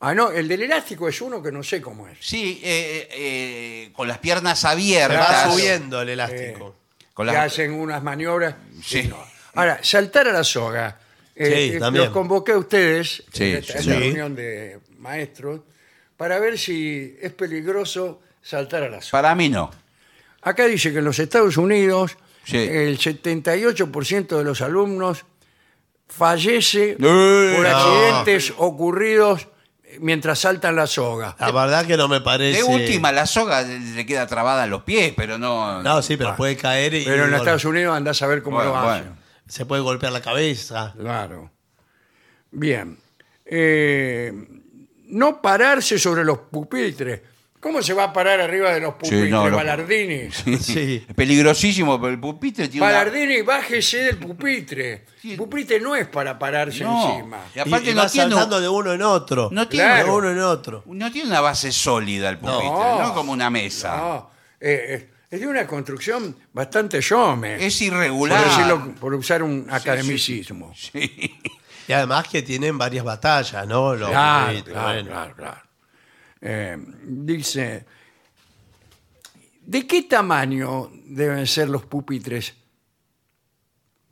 Ah, no, el del elástico es uno que no sé cómo es.
Sí, eh, eh, con las piernas
Va
abiertas.
subiendo el elástico.
Con
que
las-
hacen unas maniobras.
Sí.
y no. Ahora, saltar a la soga. eh,
Sí, también.
Los convoqué a ustedes
Sí,
en esta,
sí.
esta
Sí.
reunión de maestros para ver si es peligroso saltar a la soga.
Para mí no.
Acá dice que en los Estados Unidos
Sí.
el 78% de los alumnos fallece
Eh,
por
no.
accidentes ocurridos mientras saltan la soga.
Ah,
La verdad que no me parece.
De última, la soga le queda trabada en los pies, pero no.
No, sí, pero puede caer y.
Pero en
y
los
gol-
Estados Unidos andás a ver cómo
Bueno,
lo hacen.
bueno.
Se puede golpear la cabeza.
Claro. Bien. Eh, no pararse sobre los pupitres. ¿Cómo se va a parar arriba de los pupitres,
no, no.
Ballardini?
Sí.
Es Peligrosísimo, pero el pupitre tiene. una-
Ballardini, bájese del pupitre. El pupitre no es para pararse
No.
encima.
Y aparte
y, y
no
va
tiene. un-
saltando de uno en otro.
No tiene,
Claro.
De uno en otro.
no tiene una base sólida el pupitre,
No.
no, como una mesa.
No, eh, eh, es de una construcción bastante yome.
Es
por,
irregular.
decirlo- por usar un academicismo.
Y además que tienen varias batallas, ¿no? Los
Claro,
gritos,
claro,
bueno.
claro, claro. Eh, dice, ¿de qué tamaño deben ser los pupitres?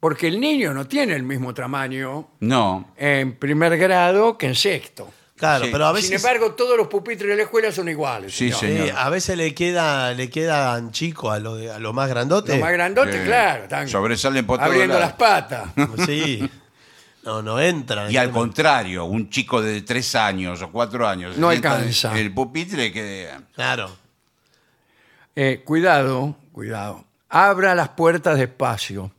Porque el niño no tiene el mismo tamaño
No.
en primer grado que en sexto.
Claro,
Sí.
pero a
Sin
veces.
embargo, todos los pupitres de la escuela son iguales.
Sí,
señor.
sí.
Sí,
Señor.
a veces le queda le quedan chico a lo de- a lo más grandote.
Los más grandotes,
Sí.
claro,
ah.
están
Sobresalen por todos
abriendo
lados.
las patas.
Sí. No, no entran.
Y al contrario, un chico de tres años o cuatro años.
No
sienta
alcanza.
El pupitre que.
Claro.
Eh, cuidado, cuidado. Abra las puertas despacio.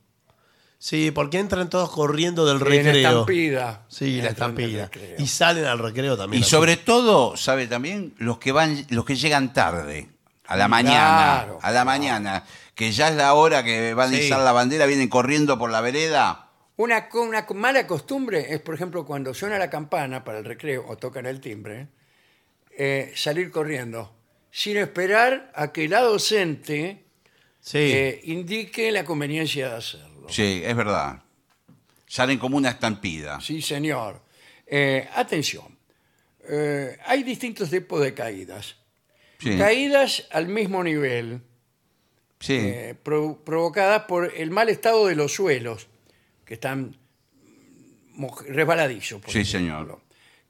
Sí, porque entran todos corriendo del
En
recreo.
estampida.
Sí, la
Entran en
estampida.
recreo.
Y salen al recreo también.
Y
así.
sobre todo, sabe también, los que van, los que llegan tarde, a la mañana,
Claro.
a la mañana, que ya es la hora que van a
Sí.
izar la bandera, vienen corriendo por la vereda.
Una, co- una co- mala costumbre es, por ejemplo, cuando suena la campana para el recreo o tocan el timbre, eh, salir corriendo, sin esperar a que la docente
Sí.
eh, indique la conveniencia de hacerlo.
Sí, es verdad. Salen como una estampida.
Sí, señor. Eh, atención, Eh, hay distintos tipos de caídas.
Sí,
eh, Caídas al mismo nivel,
sí.
eh, pro- provocadas por el mal estado de los suelos, que están moj- resbaladizos. por
Sí,
ejemplo.
señor.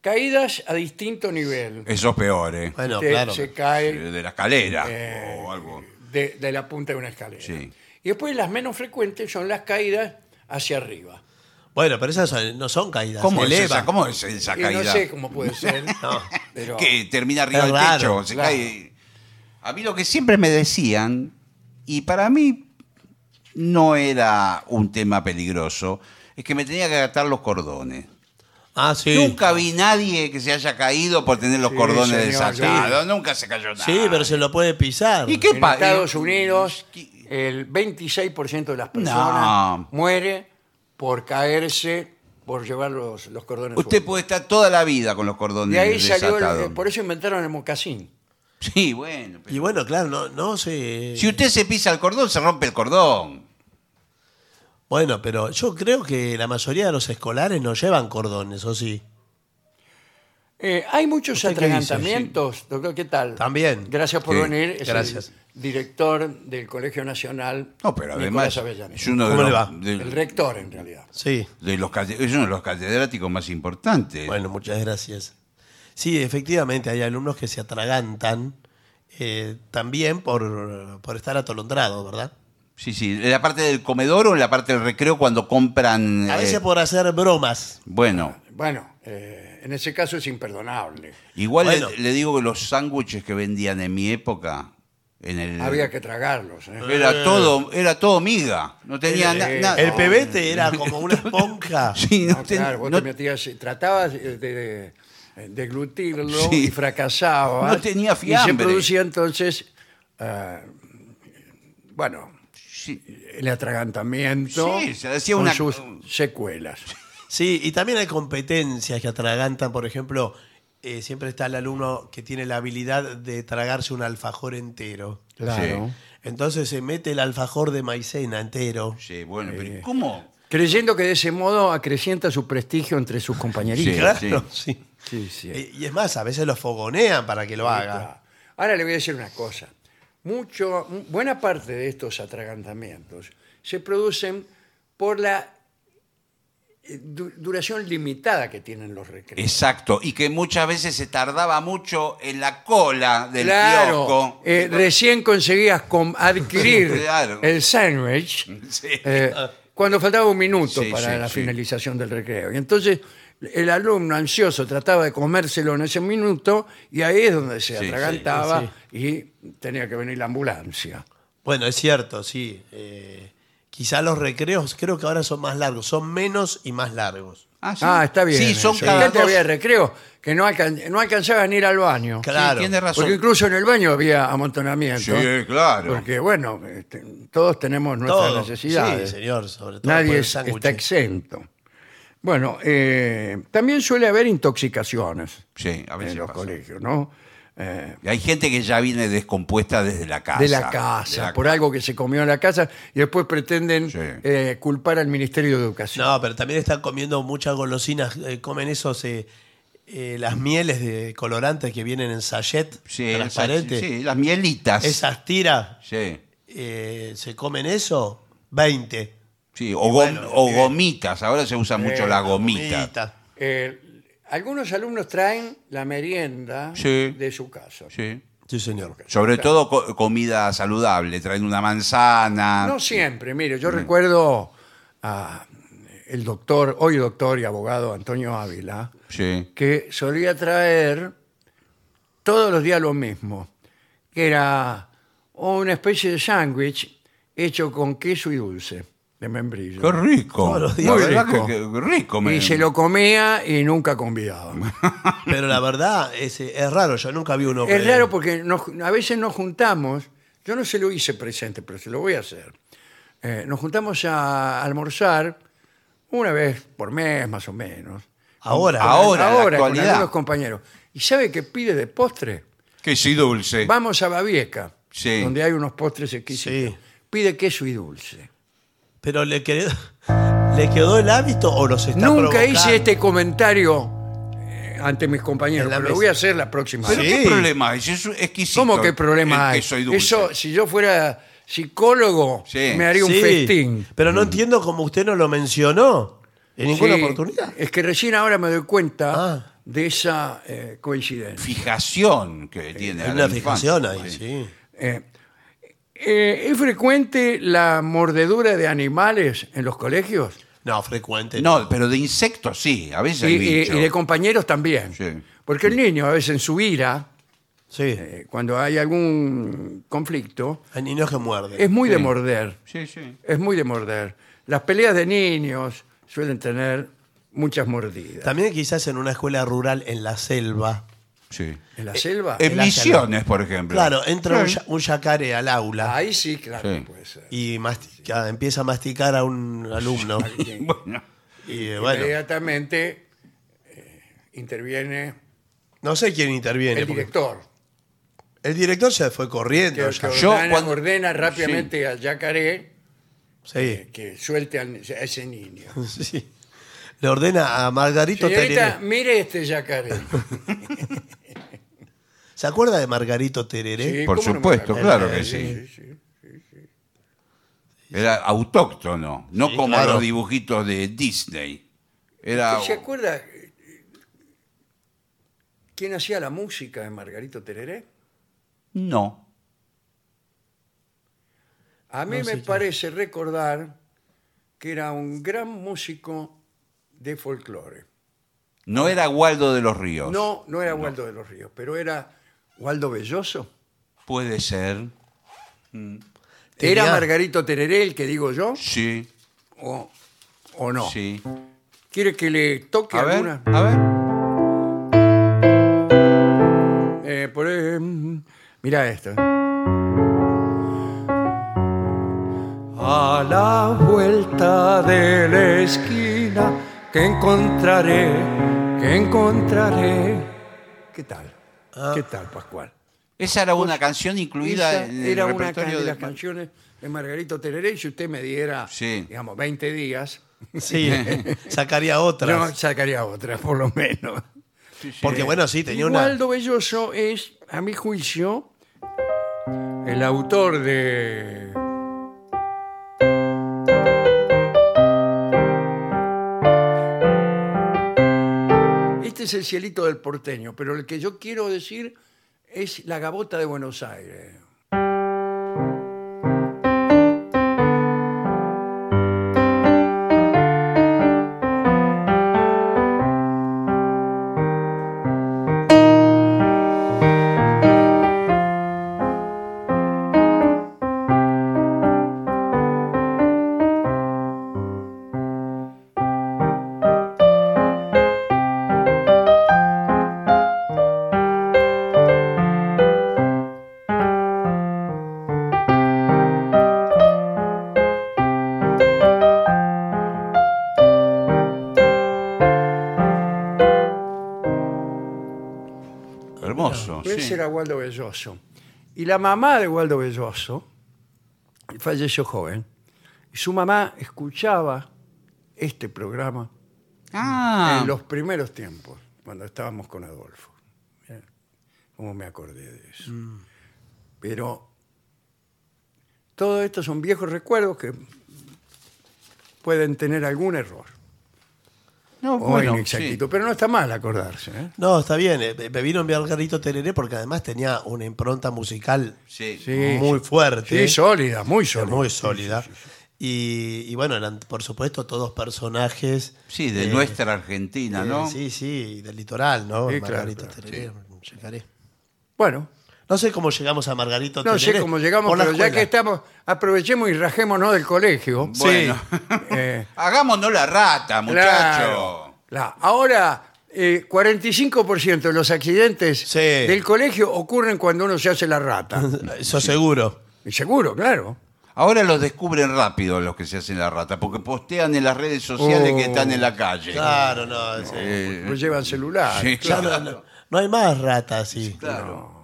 Caídas a distinto nivel.
Eso es peor, ¿eh?
bueno,
Usted
claro.
Se
Sí,
cae
De la escalera
eh,
o algo.
de, de la punta de una escalera.
Sí.
Y después las menos frecuentes son las caídas hacia arriba.
Bueno, pero esas son- no son caídas.
¿Cómo es,
eleva.
esa, ¿Cómo es esa
Y
caída?
no sé cómo puede ser. pero-
que termina arriba
Es
del
raro,
techo. se
claro.
cae. A mí lo que siempre me decían, y para mí no era un tema peligroso, es que me tenía que atar los cordones.
Ah, sí.
Nunca vi nadie que se haya caído por tener los
Sí,
cordones
señor,
desatados. Nunca se cayó nada.
Sí, pero se lo puede pisar.
¿Y qué
en
pa-
Estados
eh,
Unidos,
¿qué?
el 26% de las personas
No.
muere por caerse, por llevar los, los cordones.
Usted
sueltos.
puede estar toda la vida con los cordones
De ahí salió, el- eh,
desatados.
por eso inventaron el mocasín.
Sí, bueno. pero-
Y bueno, claro, no, no sé.
Si usted se pisa el cordón, se rompe el cordón.
Bueno, pero yo creo que la mayoría de los escolares no llevan cordones, ¿o sí?
Eh, hay muchos
¿Usted qué dice?
atragantamientos, doctor, ¿qué tal?
También.
Gracias por
Sí,
venir. Es el
gracias.
director del Colegio Nacional.
No, pero además
Nicolás Avellaneda.
es uno de
¿Cómo le
los-
va?
de-
El rector, en realidad.
Sí.
de los cate- es uno de los catedráticos más importantes.
Bueno, muchas gracias. Sí, efectivamente, hay alumnos que se atragantan eh, también por, por estar atolondrados, ¿verdad?
Sí, sí, en la parte del comedor o en la parte del recreo cuando compran...
A
eh,
veces por hacer bromas.
Bueno,
bueno, eh, en ese caso es imperdonable.
Igual
Bueno.
le, le digo que los sándwiches que vendían en mi época, en el
Había que tragarlos. ¿eh?
era todo, era todo miga. No tenía
Eh,
El-
na-
el-
nada.
El pebete era como una esponja.
Sí, no
No,
ten-
Ah, claro, vos
no-
te metías, tratabas eh, de, de- deglutirlo
Sí.
y fracasabas.
No tenía
Y se
fiambre.
producía entonces, ah, bueno,
sí.
el atragantamiento
Sí, se decía
con
una-
sus secuelas.
Sí, y también hay competencias que atragantan. Por ejemplo, eh, siempre está el alumno que tiene la habilidad de tragarse un alfajor entero.
Claro.
Entonces se mete el alfajor de maicena entero.
Sí, bueno,
Eh,
pero ¿cómo?
Creyendo que de ese modo acrecienta su prestigio entre sus compañeritas.
Sí,
Claro, sí.
Sí, sí.
Eh, Y es más, a veces lo fogonean para que lo haga.
Ahora le voy a decir una cosa. Mucho, mu- buena parte de estos atragantamientos se producen por la eh, du- duración limitada que tienen los recreos.
Exacto, y que muchas veces se tardaba mucho en la cola del
Claro,
kiosco.
eh, recién conseguías com- adquirir
Claro.
el sándwich
Sí.
eh, cuando faltaba un minuto
Ah. Sí,
para
sí,
la
sí.
finalización del recreo. Y entonces el alumno ansioso trataba de comérselo en ese minuto y ahí es donde se
Sí, sí,
atragantaba y tenía que venir la ambulancia.
Bueno, es cierto, sí. Eh, quizá los recreos creo que ahora son más largos, son menos y más largos.
Ah, sí.
Ah, está bien.
Sí, son
eso.
cada
Antes
dos.
había recreos que no, alcan- no alcanzaban a ir al baño.
Sí,
Claro.
tiene razón.
Porque incluso en el baño había amontonamiento.
Sí, claro.
Porque, bueno, este, todos tenemos nuestras
Todo.
necesidades.
Sí, señor, sobre todo. por
Nadie
el
es-
sándwich.
está exento. Bueno, eh, también suele haber intoxicaciones
Sí, a veces
en Eh, los
pasa.
colegios, ¿no? Eh,
Y Hay gente que ya viene descompuesta desde la casa.
de la casa,
Ah, De la
por algo que se comió en la casa, y después pretenden
Sí.
eh, culpar al Ministerio de Educación.
No, pero también están comiendo muchas golosinas, eh, comen esos, eh, eh, las mieles de colorantes que vienen en sachet
Sí,
transparente.
sí, las mielitas.
Esas tiras,
Sí.
eh, ¿se comen eso? 20.
Sí, o, gom- o gomitas, ahora se usa mucho la gomita.
Gomita.
Eh, algunos alumnos traen la merienda
Sí.
de su casa.
Sí.
Sí, señor.
Sobre todo co- comida saludable, traen una manzana.
No siempre, mire,
Mm.
yo recuerdo a eh, el doctor, hoy doctor y abogado Antonio Ávila,
Sí.
que solía traer todos los días lo mismo, que era una especie de sándwich hecho con queso y dulce de membrillo.
Qué rico.
Todos los
La
días.
Muy
verdad
rico.
que- que- que rico. me-
Y se lo comía y nunca convidaba.
Pero la verdad, es, eh, es raro, yo nunca vi uno.
Es
que-
raro porque nos- a veces nos juntamos, yo no se lo hice presente, pero se lo voy a hacer. Eh, nos juntamos a almorzar una vez por mes, más o menos.
Ahora.
Ahora. en la
Ahora, con
actualidad.
algunos compañeros. ¿Y sabe qué pide de postre?
Que sí, dulce.
Vamos a Babieca,
Sí.
donde hay unos postres exquisitos.
Sí.
Pide queso y dulce.
Pero le quedó, le quedó el hábito o los está
Nunca
provocando?
hice este comentario eh, ante mis compañeros,
En la
pero
mesa.
lo voy a hacer la próxima
Pero
vez.
qué
Sí.
problema hay, si es exquisito.
¿Cómo que problema
el
hay?
queso y dulce.
Eso, si yo fuera psicólogo,
Sí.
me haría un
Sí,
festín.
Pero no entiendo cómo usted no lo mencionó en ninguna
Sí, Eh,
oportunidad.
Es que recién ahora me doy cuenta
Ah.
de esa eh, coincidencia.
Fijación que tiene.
Hay
a la
una
infancia. pues.
fijación ahí, sí.
Eh, eh, ¿Es frecuente la mordedura de animales en los colegios?
No, frecuente.
No, pero de insectos sí, a veces
Este, Y,
hay
y-
bicho.
y de compañeros también.
Sí.
Porque el niño a veces en su ira,
Sí.
eh, cuando hay algún conflicto,
Hay niños que muerden.
es muy de morder.
Sí, sí.
Es muy de morder. Las peleas de niños suelen tener muchas mordidas.
También quizás en una escuela rural en la selva.
sí.
¿En la selva?
En
la
misiones, por ejemplo.
Claro, entra un,
Sí.
ya- un yacaré al aula
Ahí sí, claro,
Sí.
puede ser.
y mastica- empieza a masticar a un alumno.
eh.
Bueno,
Y eh, bueno,
Inmediatamente eh, interviene
no sé quién interviene.
el
porque-
director.
el director se fue
Que,
corriendo.
que
ya.
ordena,
Yo cuando-
ordena rápidamente al yacaré
Sí,
que suelte al- a ese niño.
sí. Le ordena a Margarito
Señorita,
Tereré.
mire este yacaré.
¿Se acuerda de Margarito Tereré?
Sí,
Por
¿cómo no me
supuesto,
acuerdo?
claro que
Sí,
sí.
sí.
Era autóctono, no
Sí,
como
claro.
los dibujitos de Disney. Era
¿Se acuerda eh, quién hacía la música de Margarito Tereré?
no.
A mí
No sé
me
quién.
parece recordar que era un gran músico de folclore.
No era Waldo de los Ríos.
No, no era Waldo de los Ríos, pero era Waldo Belloso.
Puede ser.
Tenía-
¿Era Margarito Tereré el que digo yo?
Sí.
¿O, o no?
Sí.
¿Quiere que le toque
A ver,
alguna?
a ver.
Eh, por, mira esto.
A la vuelta de la esquina que encontraré, que encontraré.
¿Qué tal?
Ah.
¿Qué tal, Pascual?
Esa era una canción incluida
Esa
en el
era una
repertorio
can- de
de-
las canciones de Margarito Tereré. y Si usted me diera,
Sí.
digamos, 20 días,
Sí, sacaría
yo
otra.
sacaría otra, por lo menos.
Porque bueno, sí, tenía
Igualdo
una...
Belloso es, a mi juicio, el autor de. Este es el cielito del porteño, pero el que yo quiero decir es la gabota de Buenos Aires.
Hermoso,
Ese
Oh, sí.
era Waldo Belloso. Y la mamá de Waldo Belloso falleció joven. Y su mamá escuchaba este programa
Ah,
en los primeros tiempos, cuando estábamos con Adolfo. Mirá ¿Cómo me acordé de eso? Pero todo esto son viejos recuerdos que pueden tener algún error
no,
o
Oh, bueno,
inexactitud, pero no está mal acordarse. ¿eh?
No, está bien, eh, me vino Margarito Tereré porque además tenía una impronta musical
sí. Sí.
Sí,
muy fuerte. ¿eh?
Sí, sólida, muy sólida.
muy sólida. Y, y bueno, eran por supuesto todos personajes.
Sí, de
eh,
nuestra Argentina,
eh,
¿no?
Sí, sí, del litoral, ¿no?
Sí, claro,
Margarito
claro,
Tereré, llegaré.
Bueno,
No sé cómo llegamos a Margarito
No
Tereré.
sé cómo llegamos,
por la
pero ya
escuela.
que estamos, aprovechemos y rajémonos del colegio.
Bueno,
Eh,
hagámonos la rata, muchacho.
claro, claro. Ahora, eh, 45% de los accidentes
Sí.
del colegio ocurren cuando uno se hace la rata.
Eso Eh, seguro.
Y Seguro, claro.
Ahora los descubren rápido los que se hacen la rata, porque postean en las redes sociales
Oh.
que están en la calle.
Claro, no. sí.
Eh,
Pues llevan celular.
sí,
Ya no-
claro.
no, no hay más ratas así.
claro.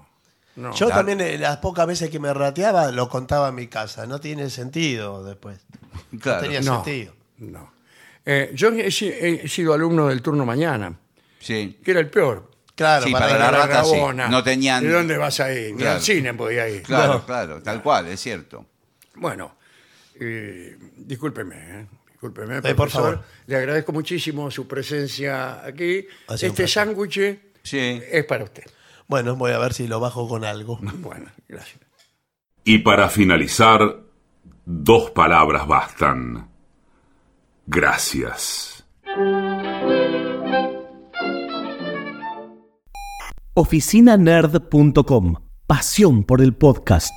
No.
Yo también eh, las pocas veces que me rateaba lo contaba en mi casa. No tiene sentido después.
claro.
No tenía
No,
sentido.
no. Eh, yo he, si- he sido alumno del turno mañana,
Sí.
que era el peor.
Claro,
Sí,
para,
para
ir a
la
la-
rata sí.
Rabona.
No tenían-
¿De dónde vas a ir? Ni
Claro.
al cine podía ir.
Claro,
No.
claro, tal cual, es cierto.
Bueno, eh, discúlpeme, ¿eh? discúlpeme,
por
profesor.
favor.
Le agradezco muchísimo su presencia aquí.
Ha sido un
Este
placer.
sándwich
Sí.
es para usted.
Bueno, voy a ver si lo bajo con algo.
Bueno, gracias.
Y para finalizar, dos palabras bastan. Gracias.
oficinanerd.com. Pasión por el podcast.